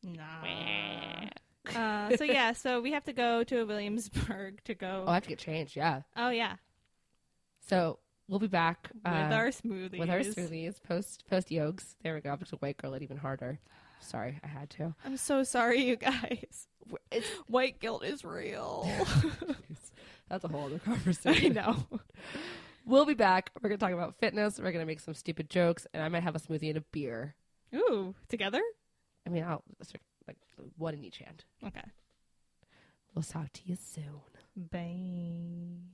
Nah. uh, so yeah, so we have to go to Williamsburg to go. Oh, I have to get changed. Yeah. Oh yeah, So we'll be back with uh, our smoothies. with our smoothies post post yogs. There we go. I'm just a white girl it even harder. Sorry, I had to. I'm so sorry, you guys. It's, White guilt is real. that's a whole other I conversation. know. We'll be back. We're gonna talk about fitness. We're gonna make some stupid jokes, and I might have a smoothie and a beer. Ooh, together. I mean, I'll like one in each hand. Okay. We'll talk to you soon. Bye.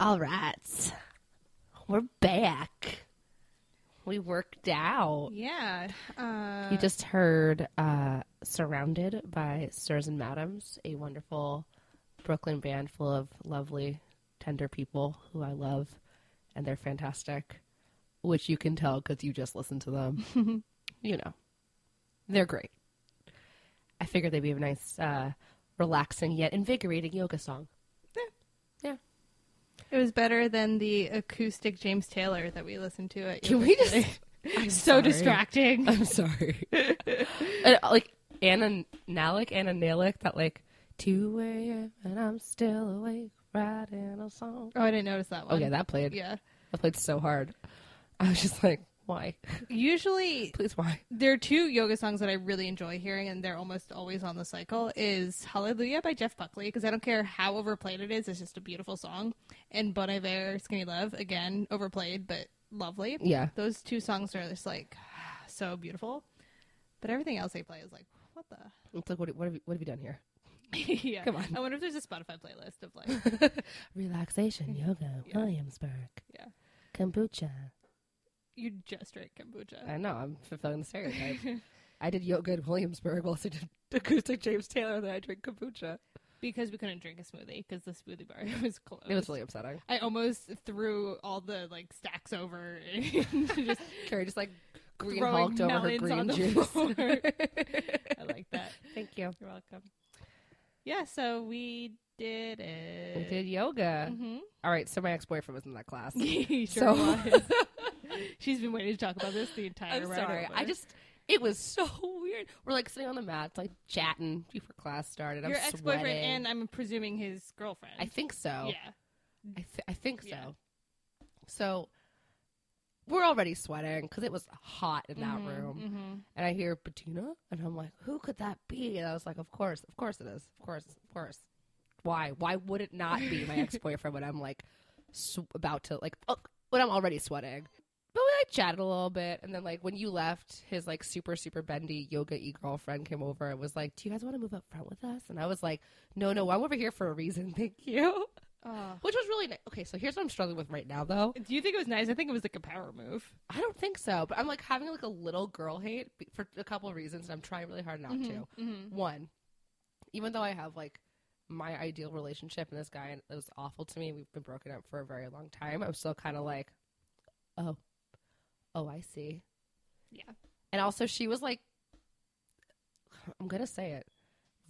nuts. We're back. We worked out. Yeah. Uh, You just heard uh, Surrounded by Sirs and Madams, a wonderful Brooklyn band full of lovely, tender people who I love, and they're fantastic, which you can tell because you just listen to them. you know, they're great. I figured they'd be a nice, uh, relaxing yet invigorating yoga song. Yeah. it was better than the acoustic James Taylor that we listened to. At Can yoga we just. today. so sorry. distracting. I'm sorry. and, uh, like Anna Nalick, Anna Nalick, that like 2 a.m. and I'm still awake writing a song. Oh, I didn't notice that one. Oh yeah, that played. yeah. That played so hard. I was just like, why? Usually, Please, why? there are two yoga songs that I really enjoy hearing, and they're almost always on the cycle. Is "Hallelujah" by Jeff Buckley because I don't care how overplayed it is; it's just a beautiful song. And Bon Iver, "Skinny Love" again, overplayed but lovely. Yeah. Those two songs are just like so beautiful, but everything else they play is like what the. It's like, what, what, have you, what have you done here? yeah. Come on. I wonder if there's a Spotify playlist of like Relaxation, yoga, Yeah. Williamsburg. Yeah. Kombucha. you just drink kombucha. I know, I'm fulfilling the stereotype. I did yoga in Williamsburg whilst I did acoustic James Taylor, and then I drink kombucha. because we couldn't drink a smoothie because the smoothie bar was closed. It was really upsetting. I almost threw all the like stacks over. and just Carrie just like green Throwing hulked over her melons green on the juice. floor. I like that. Thank you. You're welcome. Yeah, so we did it. We did yoga. Mhm. All right, so my ex boyfriend was in that class. He sure So- was. She's been waiting to talk about this the entire I'm ride sorry. over. I just it was so weird. We're like sitting on the mats, like chatting before class started. I'm your ex boyfriend sweating. and I'm presuming his girlfriend. I think so. yeah. I, th- I think so. Yeah. So we're already sweating because it was hot in Mm-hmm, that room. And I hear Bettina, and I'm like, who could that be? And I was like, of course, of course it is. Of course, of course. Why? Why would it not be my ex boyfriend when I'm like sw- about to, like, oh, when I'm already sweating? But we like chatted a little bit. And then, like, when you left, his like super, super bendy yoga e girlfriend came over and was like, do you guys want to move up front with us? And I was like, no, no, I'm over here for a reason. Thank you. Oh. Which was really nice. Okay, so here's what I'm struggling with right now, though. Do you think it was nice? I think it was like a power move. I don't think so, but I'm like having like a little girl hate b- for a couple of reasons, and I'm trying really hard not to. Mm-hmm. One, even though I have like my ideal relationship and this guy and it was awful to me, and we've been broken up for a very long time, I'm still kind of like, oh, oh, I see. Yeah. And also, she was like, I'm gonna say it,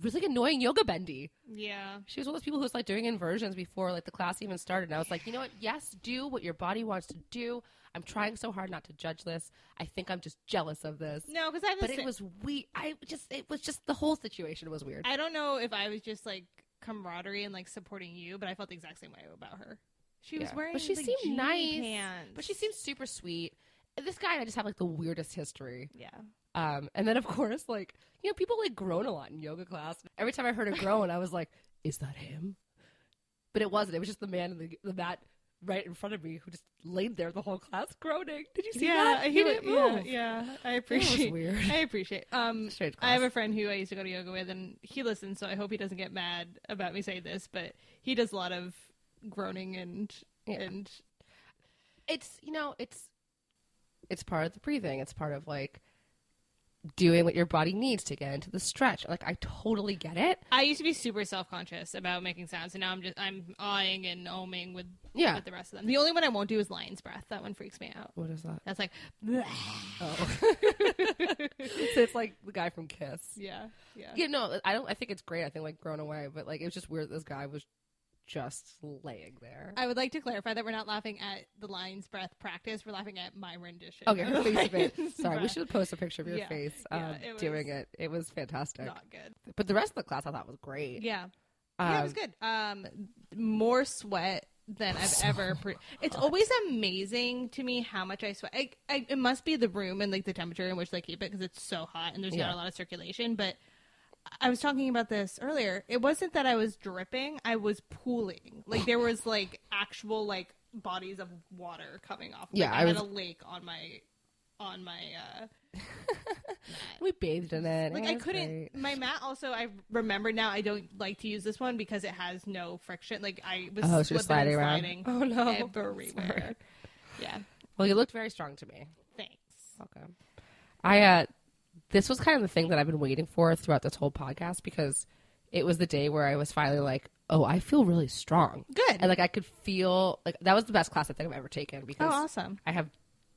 really annoying yoga bendy. Yeah. She was one of those people who was like doing inversions before like the class even started. And I was like, you know what? Yes, do what your body wants to do. I'm trying so hard not to judge this. I think I'm just jealous of this. No, because I was. but it was we. I just it was just the whole situation was weird. I don't know if I was just like camaraderie and like supporting you, but I felt the exact same way about her. She was Yeah. wearing, But she like, seemed jean nice, pants. but she seems super sweet. And This guy and I just have like the weirdest history. yeah. Um, and then of course like you know people like groan a lot in yoga class. Every time I heard a groan, I was like, is that him? But it wasn't. It was just the man in the, the mat right in front of me who just laid there the whole class groaning. Did you see that? He, wa- didn't yeah, move. Yeah, I That was appreciate. weird. I appreciate. Um, Strange I have a class. friend who I used to go to yoga with, and he listens, so I hope he doesn't get mad about me saying this, but he does a lot of groaning and Yeah. and It's you know, it's it's part of the breathing. It's part of like doing what your body needs to get into the stretch. Like I totally get it. I used to be super self conscious about making sounds, and now I'm just I'm awing and oming with Yeah. with the rest of them. The only one I won't do is lion's breath. That one freaks me out. What is that? That's like, Oh. so it's like the guy from Kiss. yeah, yeah. Yeah, no, I don't I think it's great. I think like grown away, but like it was just weird that this guy was just laying there. I would like to clarify that we're not laughing at the lion's breath practice. We're laughing at my rendition. Okay, her of face of it. lion's Sorry, we breath. should post a picture of your Yeah. face um, Yeah, it doing was it. It was fantastic. Not good. But the rest of the class I thought was great. Yeah, yeah, it was Um, good. Um, more sweat than I've ever. Pre- it's always amazing to me how much I sweat. I, I, it must be the room and like the temperature in which they keep it because it's so hot and there's Yeah. not a lot of circulation. But I was talking about this earlier. It wasn't that I was dripping; I was pooling. Like there was like actual like bodies of water coming off. Like, Yeah, I, I had was- a lake on my on my uh We bathed in it. like It I was couldn't great. my mat also I remember now I don't like to use this one because it has no friction. Like I was Oh, so you're slipping sliding, sliding and around. sliding Oh, no. everywhere. Yeah. Well, you looked very strong to me. Thanks. Okay. I uh this was kind of the thing that I've been waiting for throughout this whole podcast because it was the day where I was finally like, "Oh, I feel really strong." Good. Oh, And like I could feel like that was the best class I think I've ever taken because awesome. I have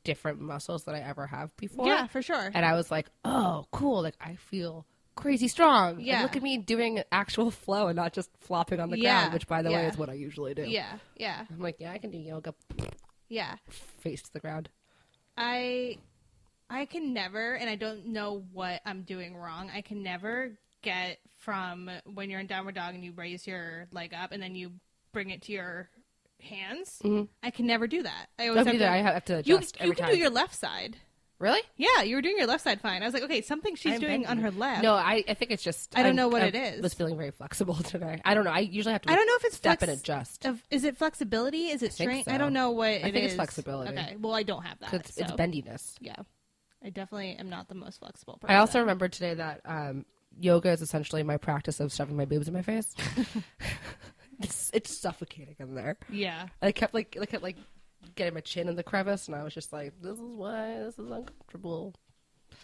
different muscles than I ever have before. yeah, for sure. And I was like, "Oh, cool. Like I feel crazy strong." And Yeah. look at me doing actual flow and not just flopping on the Yeah. ground, which by the way Yeah. is what I usually do. Yeah, yeah, I'm like, "Yeah, I can do yoga yeah. face to the ground." I I can never and I don't know what I'm doing wrong. I can never get from when you're in downward dog and you raise your leg up and then you bring it to your hands. Mm-hmm. I can never do Oh, that. I always No, me have neither. to, I have to you, adjust you every can time. do your left side. really? Yeah, you were doing your left side fine. I was like, okay, something she's I'm doing on bending. her left. No, I, I think it's just. I don't I'm- know what I it is. Was feeling very flexible today. I don't know. I usually have to. I don't know if it's step flex- and adjust. Of- is it flexibility? Is it think strength? so. I don't know what it is. think it's flexibility. Okay, well, I don't have that. 'Cause It's, it's so, bendiness. Yeah, I definitely am not the most flexible person. I also remember today that um, yoga is essentially my practice of shoving my boobs in my face. it's, it's suffocating in there. yeah. I kept like I kept like getting my chin in the crevice, and I was just like, "This is why this is uncomfortable." It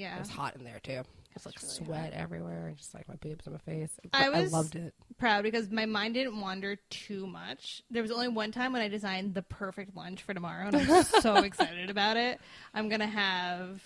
Yeah. was hot in there too. It's like That's really sweat everywhere, and just like my boobs in my face. I I was- loved it. proud because my mind didn't wander too much. There was only one time when I designed the perfect lunch for tomorrow, and I'm so excited about it. I'm gonna have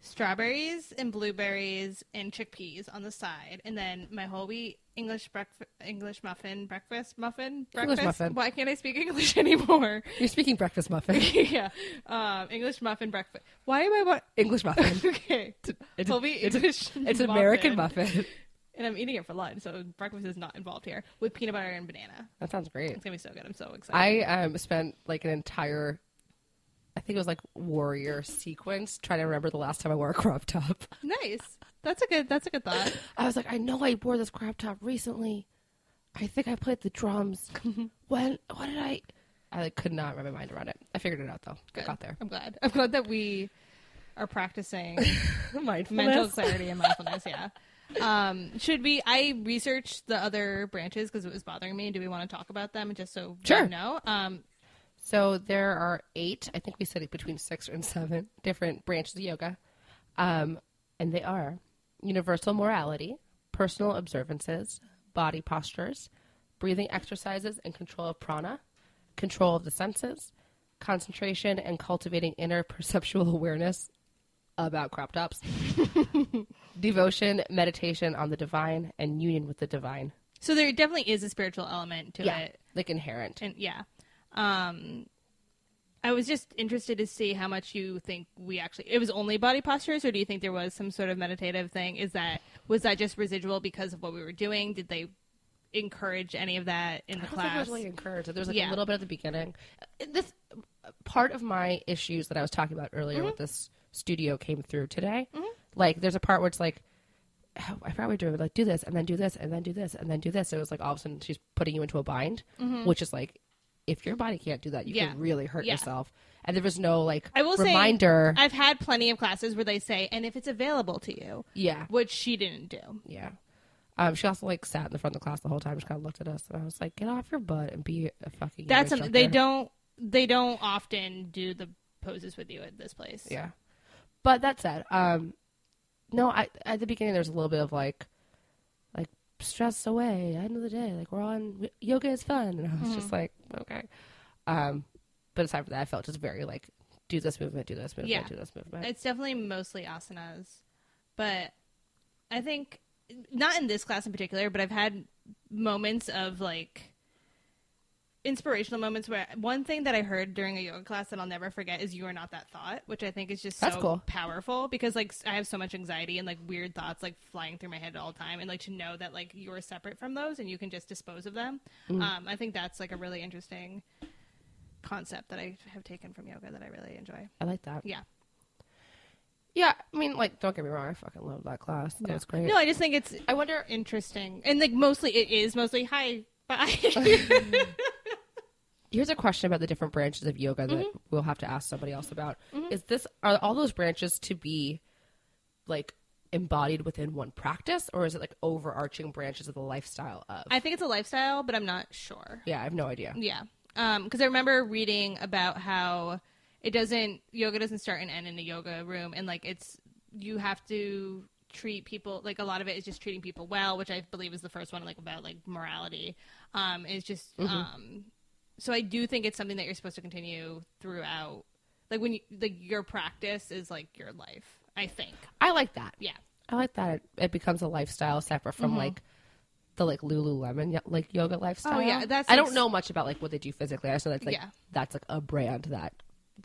strawberries and blueberries and chickpeas on the side, and then my whole wheat English breakfast, English muffin, breakfast muffin, English breakfast. muffin. Why can't I speak English anymore? You're speaking breakfast muffin, yeah, um, English muffin breakfast. Why am I what? English muffin. okay, It's, whole wheat it's, English. it's an American muffin. muffin. And I'm eating it for lunch, so breakfast is not involved here. With peanut butter and banana. That sounds great. It's gonna be so good. I'm so excited. I um, spent like an entire, I think it was like warrior sequence trying to remember the last time I wore a crop top. nice. That's a good. That's a good thought. I was like, I know I wore this crop top recently. I think I played the drums. when? What did I? I like could not wrap my mind around it. I figured it out though. I Good. got there. I'm glad. I'm glad that we are practicing Mindfulness. mental clarity and mindfulness. Yeah. Um, should we? I researched the other branches because it was bothering me. Do we want to talk about them just so we Sure. know? Um, So there are eight. I think we said it between six and seven different branches of yoga, um, and they are universal morality, personal observances, body postures, breathing exercises and control of prana, control of the senses, concentration and cultivating inner perceptual awareness about crop tops, devotion, meditation on the divine, and union with the divine. so there definitely is a spiritual element to Yeah, it. like inherent. And yeah. Um I was just interested to see how much you think we actually it was only body postures or do you think there was some sort of meditative thing? Is that was that just residual because of what we were doing? Did they encourage any of that in the I don't think it class? was really encouraged. There was like a Yeah. little bit at the beginning. Uh, This part of my issues that I was talking about Mm-hmm. earlier with this studio came through today. Like, there's a part where it's like, oh, I forgot what we doing. Like, do this and then do this and then do this and then do this. So it was like all of a sudden she's putting you into a bind, which is like, if your body can't do that, you Mm-hmm. Yeah. can really hurt Yeah. yourself. And there was no like I will say- reminder. I've had plenty of classes where they say and if it's available to you, yeah, which she didn't do. yeah. Um, she also like sat in the front of the class the whole time. She kind of looked at us, and I was like, "Get off your butt and be a fucking." yoga That's something they instructor." don't they don't often do the poses with you at this place. Yeah. But that said, um, no, I, at the beginning there's a little bit of like, like stress away, end of the day, like we're on we- yoga is fun, and I was Mm-hmm. just like, okay. Um, but aside from that, I felt just very like, do this movement, do this movement, Yeah. do this movement. It's definitely mostly asanas, but I think not in this class in particular, but I've had moments of like inspirational moments where one thing that I heard during a yoga class that I'll never forget is you are not that thought, which I think is just That's so cool. powerful because like I have so much anxiety and like weird thoughts like flying through my head all the time and like to know that like you are separate from those and you can just dispose of them. Mm. Um, I think that's like a really interesting concept that I have taken from yoga that I really enjoy. I like that. Yeah. Yeah, I mean, like, don't get me wrong, I fucking love that class. That was great. No, I just think it's I wonder. interesting, and like mostly it is mostly hi bye. Here's a question about the different branches of yoga that Mm-hmm. we'll have to ask somebody else about. Is this are all those branches to be like embodied within one practice or is it like overarching branches of the lifestyle of? I think it's a lifestyle, but I'm not sure. yeah, I have no idea. Yeah. Um, because I remember reading about how it doesn't yoga doesn't start and end in a yoga room, and like it's you have to treat people like a lot of it is just treating people well, which I believe is the first one like about like morality. Um, is just um, so I do think it's something that you're supposed to continue throughout. Like when you like your practice is like your life. I think. I like that. Yeah. I like that it, it becomes a lifestyle separate Mm-hmm. from like the like Lululemon yo- like yoga lifestyle. Oh, yeah, that's I like don't s- know much about like what they do physically. I just know that's like Yeah. that's like a brand that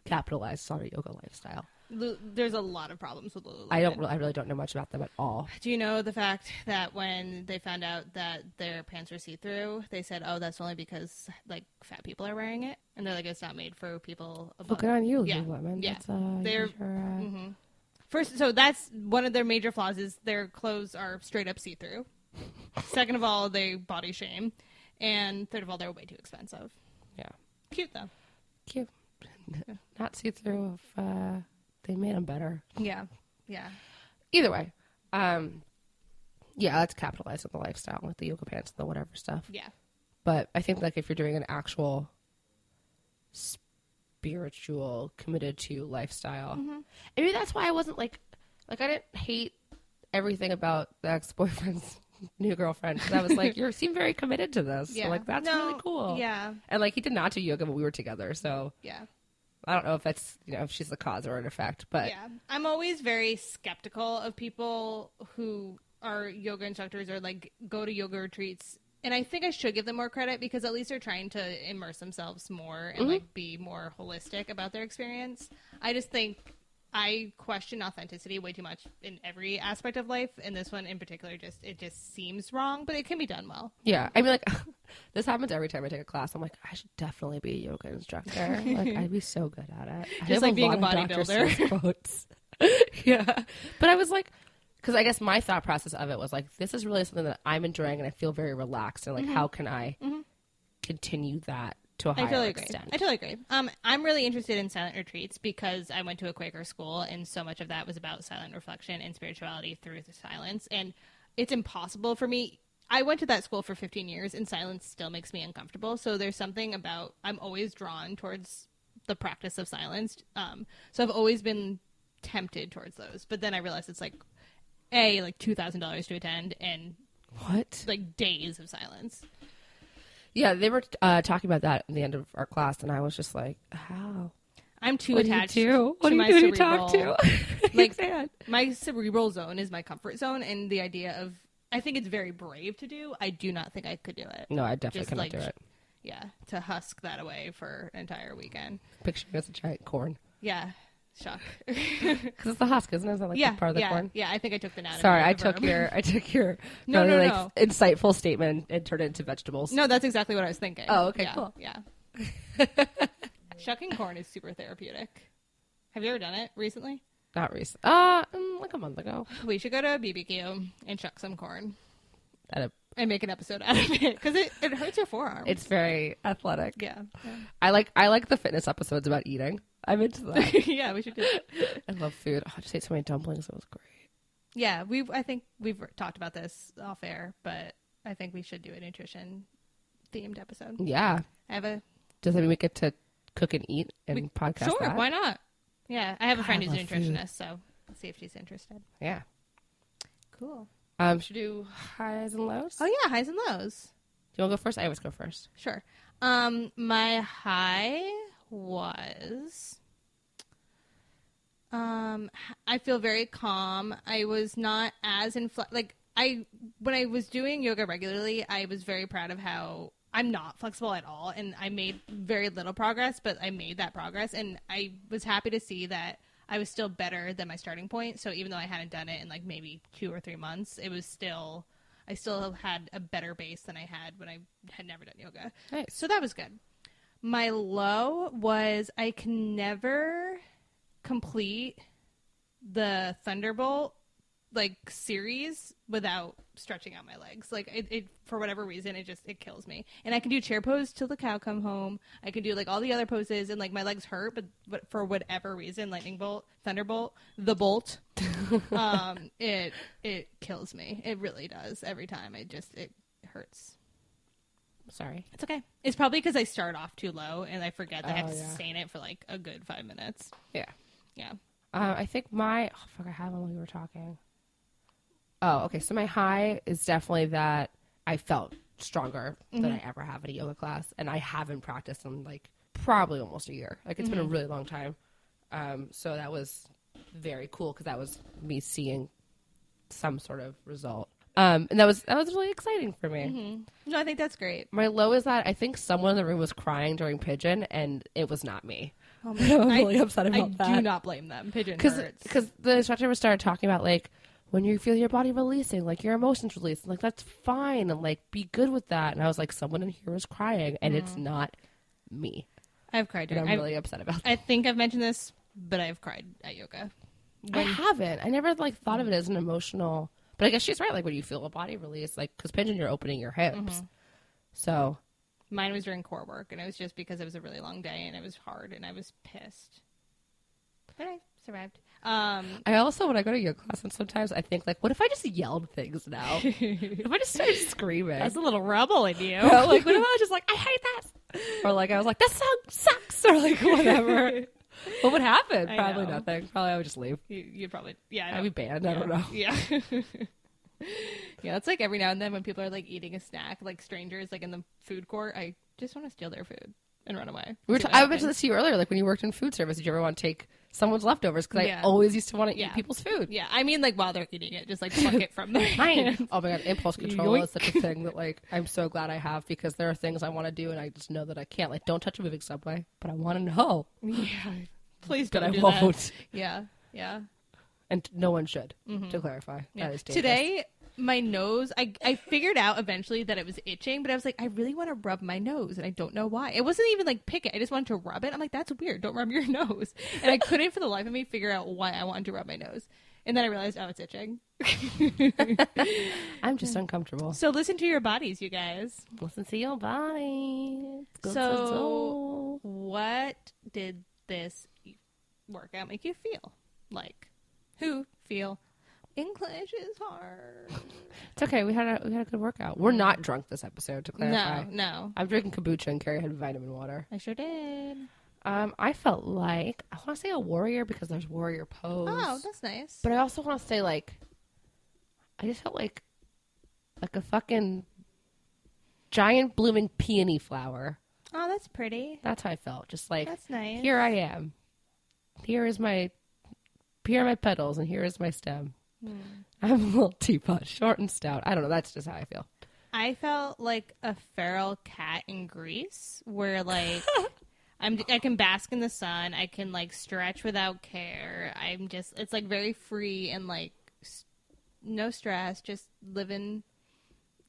capitalizes on a yoga lifestyle. Lu- There's a lot of problems with Lululemon. I don't. re- I really don't know much about them at all. Do you know the fact that when they found out that their pants were see through, they said, "Oh, that's only because like fat people are wearing it," and they're like, "It's not made for people." Well, Above. good on you, Yeah. Lululemon. Yeah. That's, uh, They're- mm-hmm. you're, uh, First, so that's one of their major flaws is their clothes are straight up see through. Second of all, they body shame, and third of all, they're way too expensive. Yeah. Cute though. Cute. Not see through. If uh, they made them better. Yeah, yeah. Either way, um, yeah, let's capitalize on the lifestyle with the yoga pants and the whatever stuff. Yeah. but I think like if you're doing an actual spiritual committed to lifestyle, Mm-hmm. maybe that's why I wasn't like like I didn't hate everything about the ex boyfriend's new girlfriend 'cause I was like you seem very committed to this, So, Yeah. like that's No, really cool, Yeah. And like he did not do yoga when we were together, so Yeah. I don't know if that's you know if she's the cause or an effect, but yeah i'm always very skeptical of people who are yoga instructors or like go to yoga retreats and i think i should give them more credit because at least they're trying to immerse themselves more and like be more holistic about their experience i just think i question authenticity way too much in every aspect of life and this one in particular just it just seems wrong but it can be done well Yeah, I mean, like this happens every time I take a class. I'm like, I should definitely be a yoga instructor. like, I'd be so good at it. I Just have like being lot a of Dr. bodybuilder. Seuss quotes. yeah, but I was like, because I guess my thought process of it was like, this is really something that I'm enjoying, and I feel very relaxed. And like, how can I continue that to a higher Mm-hmm. I totally agree. extent? I totally agree. Um, I'm really interested in silent retreats because I went to a Quaker school, and so much of that was about silent reflection and spirituality through the silence. And it's impossible for me. I went to that school for 15 years, and silence still makes me uncomfortable. So there's something about I'm always drawn towards the practice of silence. Um, so I've always been tempted towards those, but then I realized it's like a like two thousand dollars to attend and what? like days of silence. Yeah, they were uh, talking about that at the end of our class, and I was just like, how? I'm too What do you attached do? to What do my you do to cerebral talk to? like that. my cerebral zone is my comfort zone and the idea of i think it's very brave to do i do not think i could do it No, I definitely Just, cannot like, do it. yeah to husk that away for an entire weekend Picture me as a giant corn. yeah shock Because it's the husk, isn't it? Isn't that like yeah the part of the yeah corn? yeah i think i took the anatomy Sorry, of I the took verb. your I took your No, really, no, like, no. insightful statement and turned it into vegetables. no that's exactly what i was thinking Oh, okay, yeah, cool. yeah shucking corn is super therapeutic have you ever done it recently Not recent. Uh, mm, like a month ago we should go to a bbq and shuck some corn at a and make an episode out of it because it, it hurts your forearm it's very athletic. yeah yeah. I like I like the fitness episodes about eating. I'm into that. yeah we should do that I love food. Oh, I just ate so many dumplings. It was great. Yeah, we have I think we've talked about this off air, but I think we should do a nutrition themed episode. Yeah. I have a Does that mean we get to cook and eat and We- podcast? sure, that? why not? Yeah, I have a friend I who's a love food. nutritionist, so let's see if she's interested. Yeah. Cool. Um, should we do highs and lows? Oh yeah, highs and lows. Do you want to go first? I always go first. Sure. Um, my high was. Um, h- I feel very calm. I was not as infl- like I when I was doing yoga regularly. I was very proud of how I'm not flexible at all, and I made very little progress, but I made that progress, and I was happy to see that I was still better than my starting point. So even though I hadn't done it in like maybe two or three months, it was still I still had a better base than I had when I had never done yoga. Nice. So that was good. My low was I can never complete the Thunderbolt like series without stretching out my legs. Like it, it for whatever reason, it just it kills me. And I can do chair pose till the cow come home. I can do like all the other poses, and like my legs hurt, but but for whatever reason, lightning bolt, thunderbolt, the bolt, um, it it kills me. It really does every time. It just it hurts. Sorry. It's okay. It's probably because I start off too low and I forget that I have Oh, to yeah. sustain it for like a good five minutes. Yeah. Yeah. Uh, I think my oh fuck, I had one when we were talking. Oh, okay. So my high is definitely that I felt stronger than I ever have at a yoga class, and I haven't practiced in like probably almost a year. Like it's been a really long time. Um, so that was very cool because that was me seeing some sort of result, um, and that was that was really exciting for me. No, I think that's great. My low is that I think someone in the room was crying during pigeon, and it was not me. Oh my I'm really upset I about that. do not blame them. Pigeon because hurts. because the instructor was started talking about like when you feel your body releasing, like your emotions releasing, like that's fine, and like be good with that. And I was like, someone in here was crying, and it's not me, I've cried. and during- I'm I've- really upset about that. I think I've mentioned this, but I've cried at yoga. I haven't. I never like thought of it as an emotional, but I guess she's right. Like when you feel a body release, like because pigeon, you're opening your hips, so Mine was during core work, and it was just because it was a really long day and it was hard, and I was pissed. But I survived. Um, I also, when I go to yoga class, and sometimes I think like, what if I just yelled things now? what if I just started screaming? that's a little rebel in you. know? Like, what if I was just like, I hate this? Or like, I was like, this song sucks, or like, whatever. what would happen? I Probably know. nothing. Probably I would just leave. you, you'd probably, yeah. I I'd know. be banned. I don't know. Yeah. yeah, it's like every now and then when people are like eating a snack, like strangers, like in the food court, I just want to steal their food and run away. We were See what t- I happens. mentioned this to you earlier, like when you worked in food service, did you ever want to take someone's leftovers? Because Yeah. I always used to want to Yeah. eat people's food. Yeah, I mean, like while they're eating it, just like pluck it from their hand. Mine. Oh my god, impulse control Yoink. is such a thing that like I'm so glad I have because there are things I want to do and I just know that I can't. Like, don't touch a moving subway, but I want to know, Yeah, please but don't. I do that. won't. Yeah, yeah. And no one should. To clarify, yeah. that is dangerous. Today, my nose. I I figured out eventually that it was itching, but I was like, I really want to rub my nose, and I don't know why. It wasn't even like pick it. I just wanted to rub it. I'm like, that's weird. Don't rub your nose. And I couldn't for the life of me figure out why I wanted to rub my nose. And then I realized, oh, it's itching. I'm just uncomfortable. So listen to your bodies, you guys. Listen to your body. Good So- to know. What did this workout make you feel like? Who feel? English is hard. it's okay. We had a we had a good workout. We're not drunk this episode, to clarify. No, no. I'm drinking kombucha and Carrie had vitamin water. I sure did. Um, I felt like I want to say a warrior because there's warrior pose. Oh, that's nice. but I also want to say like, I just felt like like a fucking giant blooming peony flower. Oh, that's pretty. That's how I felt. Just like That's nice. here I am. Here is my here are my petals and here is my stem. Hmm. I'm a little teapot, short and stout. I don't know, that's just how I feel. I felt like a feral cat in Greece, where like I'm, I can bask in the sun. I can like stretch without care. I'm just, it's like very free and like s- no stress, just living,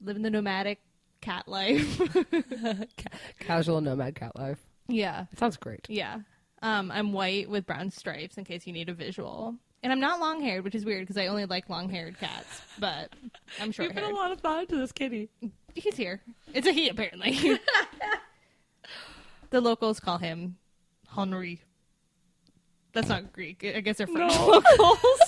living the nomadic cat life. Casual nomad cat life. yeah, It sounds great. yeah. Um, I'm white with brown stripes in case you need a visual. And I'm not long haired, which is weird because I only like long haired cats, but I'm short haired. lot of thought into this kitty. He's here. It's a he, apparently. the locals call him Henri. That's not Greek. I guess they're French locals.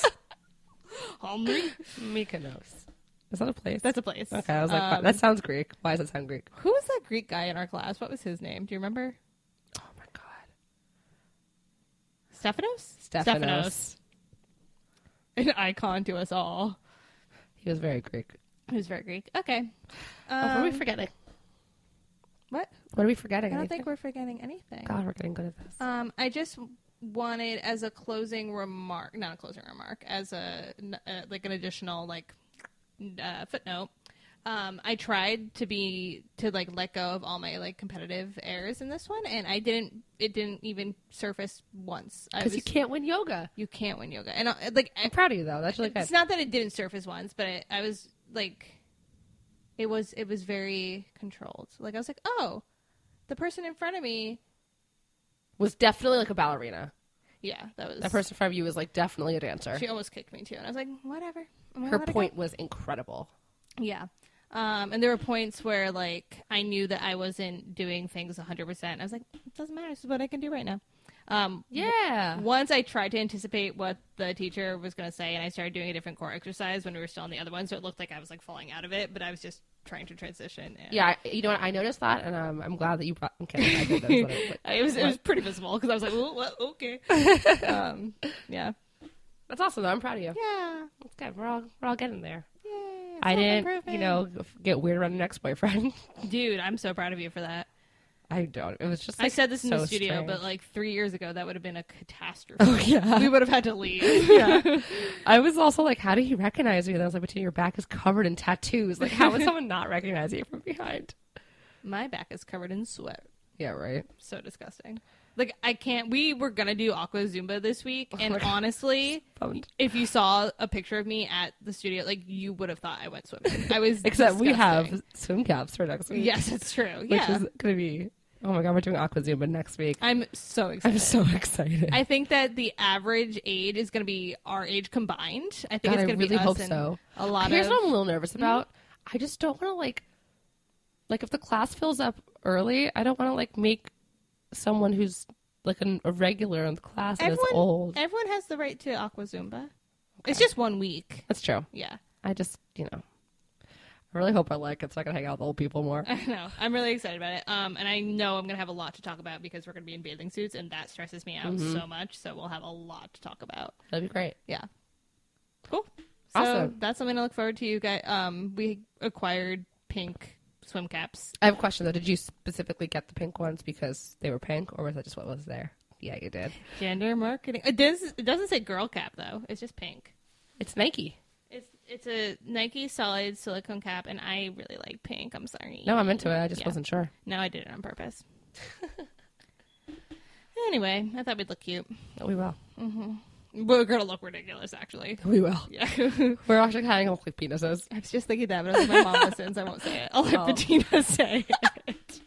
Henri. Mykonos. Is that a place? That's a place. okay, I was like, wow, Um, that sounds Greek. Why does it sound Greek? who was that Greek guy in our class? What was his name? Do you remember? Oh my god. Stephanos? Stephanos. An icon to us all. He was very Greek. He was very Greek. Okay. Oh, what are we Um, forgetting? what? What are we forgetting? I don't Anything? think we're forgetting anything. God, we're getting good at this. Um, I just wanted as a closing remark, not a closing remark, as a n- uh, like an additional like uh, footnote. Um, I tried to be to like let go of all my like competitive errors in this one, and I didn't. It didn't even surface once. I Because was, you can't win yoga. you can't win yoga, and uh, like I, I'm proud of you though. That's really good. it's not that it didn't surface once, but I, I was like, it was it was very controlled. Like I was like, oh, the person in front of me, was definitely like a ballerina. yeah, that was That person in front of you was like definitely a dancer. She almost kicked me too, and I was like, "Whatever." Am I Her allowed to point was incredible. go? Yeah. Um, and there were points where like I knew that I wasn't doing things 100%. I was like, it doesn't matter. This is what I can do right now. Um, Yeah. once I tried to anticipate what the teacher was going to say, and I started doing a different core exercise when we were still on the other one, so it looked like I was like falling out of it, but I was just trying to transition. And Yeah, I- you know what? I noticed that, and um, I'm glad that you brought. Okay, I did notice what I- but- it was it was pretty visible because I was like, "Ooh, what? okay, um, yeah, that's awesome. Though. I'm proud of you. yeah, That's good. We're all we're all getting there. yeah." I didn't, you know, f- get weird around an ex-boyfriend. dude, I'm so proud of you for that. I don't. It was just. I like, said this in so the studio, strange. Oh, but like three years ago, that would have been a catastrophe. yeah. we would have had to leave. yeah. I was also like, how did he recognize me? And I was like, but your back is covered in tattoos. Like, how would someone not recognize you from behind? My back is covered in sweat. Yeah, right. so disgusting. Like I can't. We were gonna do aqua zumba this week, and my God. honestly, Bummed. if you saw a picture of me at the studio, like you would have thought I went swimming. I was. Except we disgusting. have swim caps for next week. Yes, it's true. Which Yeah, is going to be, oh my God, we're doing Aqua Zumba next week. I'm so excited. I'm so excited. I think that the average age is going to be our age combined. I think God, it's I going to really be us hope and so. a lot Here's of. Hmm? what I'm a little nervous about. I just don't want to, like, like if the class fills up early, I don't want to, like, make someone who's like an, a regular in the class and is everyone, old. everyone has the right to aqua zumba. It's just one week. That's true. Yeah, I just, you know, I really hope I like it so I can hang out with old people more. I know. I'm really excited about it. Um, and I know I'm gonna have a lot to talk about because we're gonna be in bathing suits, and that stresses me out so Mm-hmm. much. So we'll have a lot to talk about. That'd be great. Yeah. Cool. So Awesome. that's something to look forward to. You guys, um, we acquired pink swim caps. I have a question though. Did you specifically get the pink ones because they were pink, or was that just what was there? Yeah, you did. Gender marketing. It, does, it doesn't say girl cap though. It's just pink. It's Nike. It's it's a Nike solid silicone cap, and I really like pink. I'm sorry. No, I'm into it. I just Yeah. wasn't sure. No, I did it on purpose. anyway, I thought we'd look cute. But we will. We're gonna look ridiculous, actually. We will. Yeah. We're actually kind of like penises. I was just thinking that, but I was like, my mom listens. I won't say it. I'll let Oh. Bettina say it.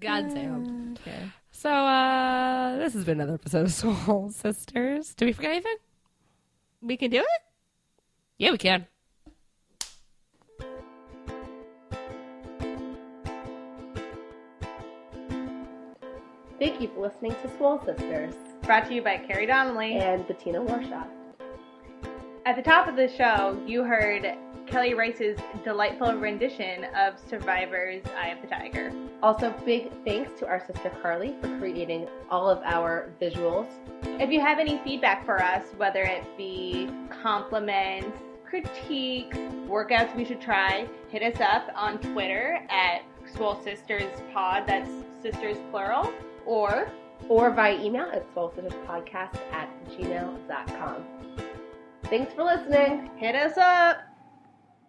God damn. okay. So uh this has been another episode of Soul Sisters. Did we forget anything? We can do it? Yeah, we can. Thank you for listening to Swole Sisters Brought to you by Carrie Donnelly. and Bettina Warshaw. At the top of the show, you heard Kelly Rice's delightful rendition of Survivor's Eye of the Tiger. Also, big thanks to our sister Carly for creating all of our visuals. If you have any feedback for us, whether it be compliments, critiques, workouts we should try, hit us up on Twitter at Swole Sisters Pod, that's sisters plural, or Or via email at swolesisterspodcast at gmail.com. Thanks for listening. hit us up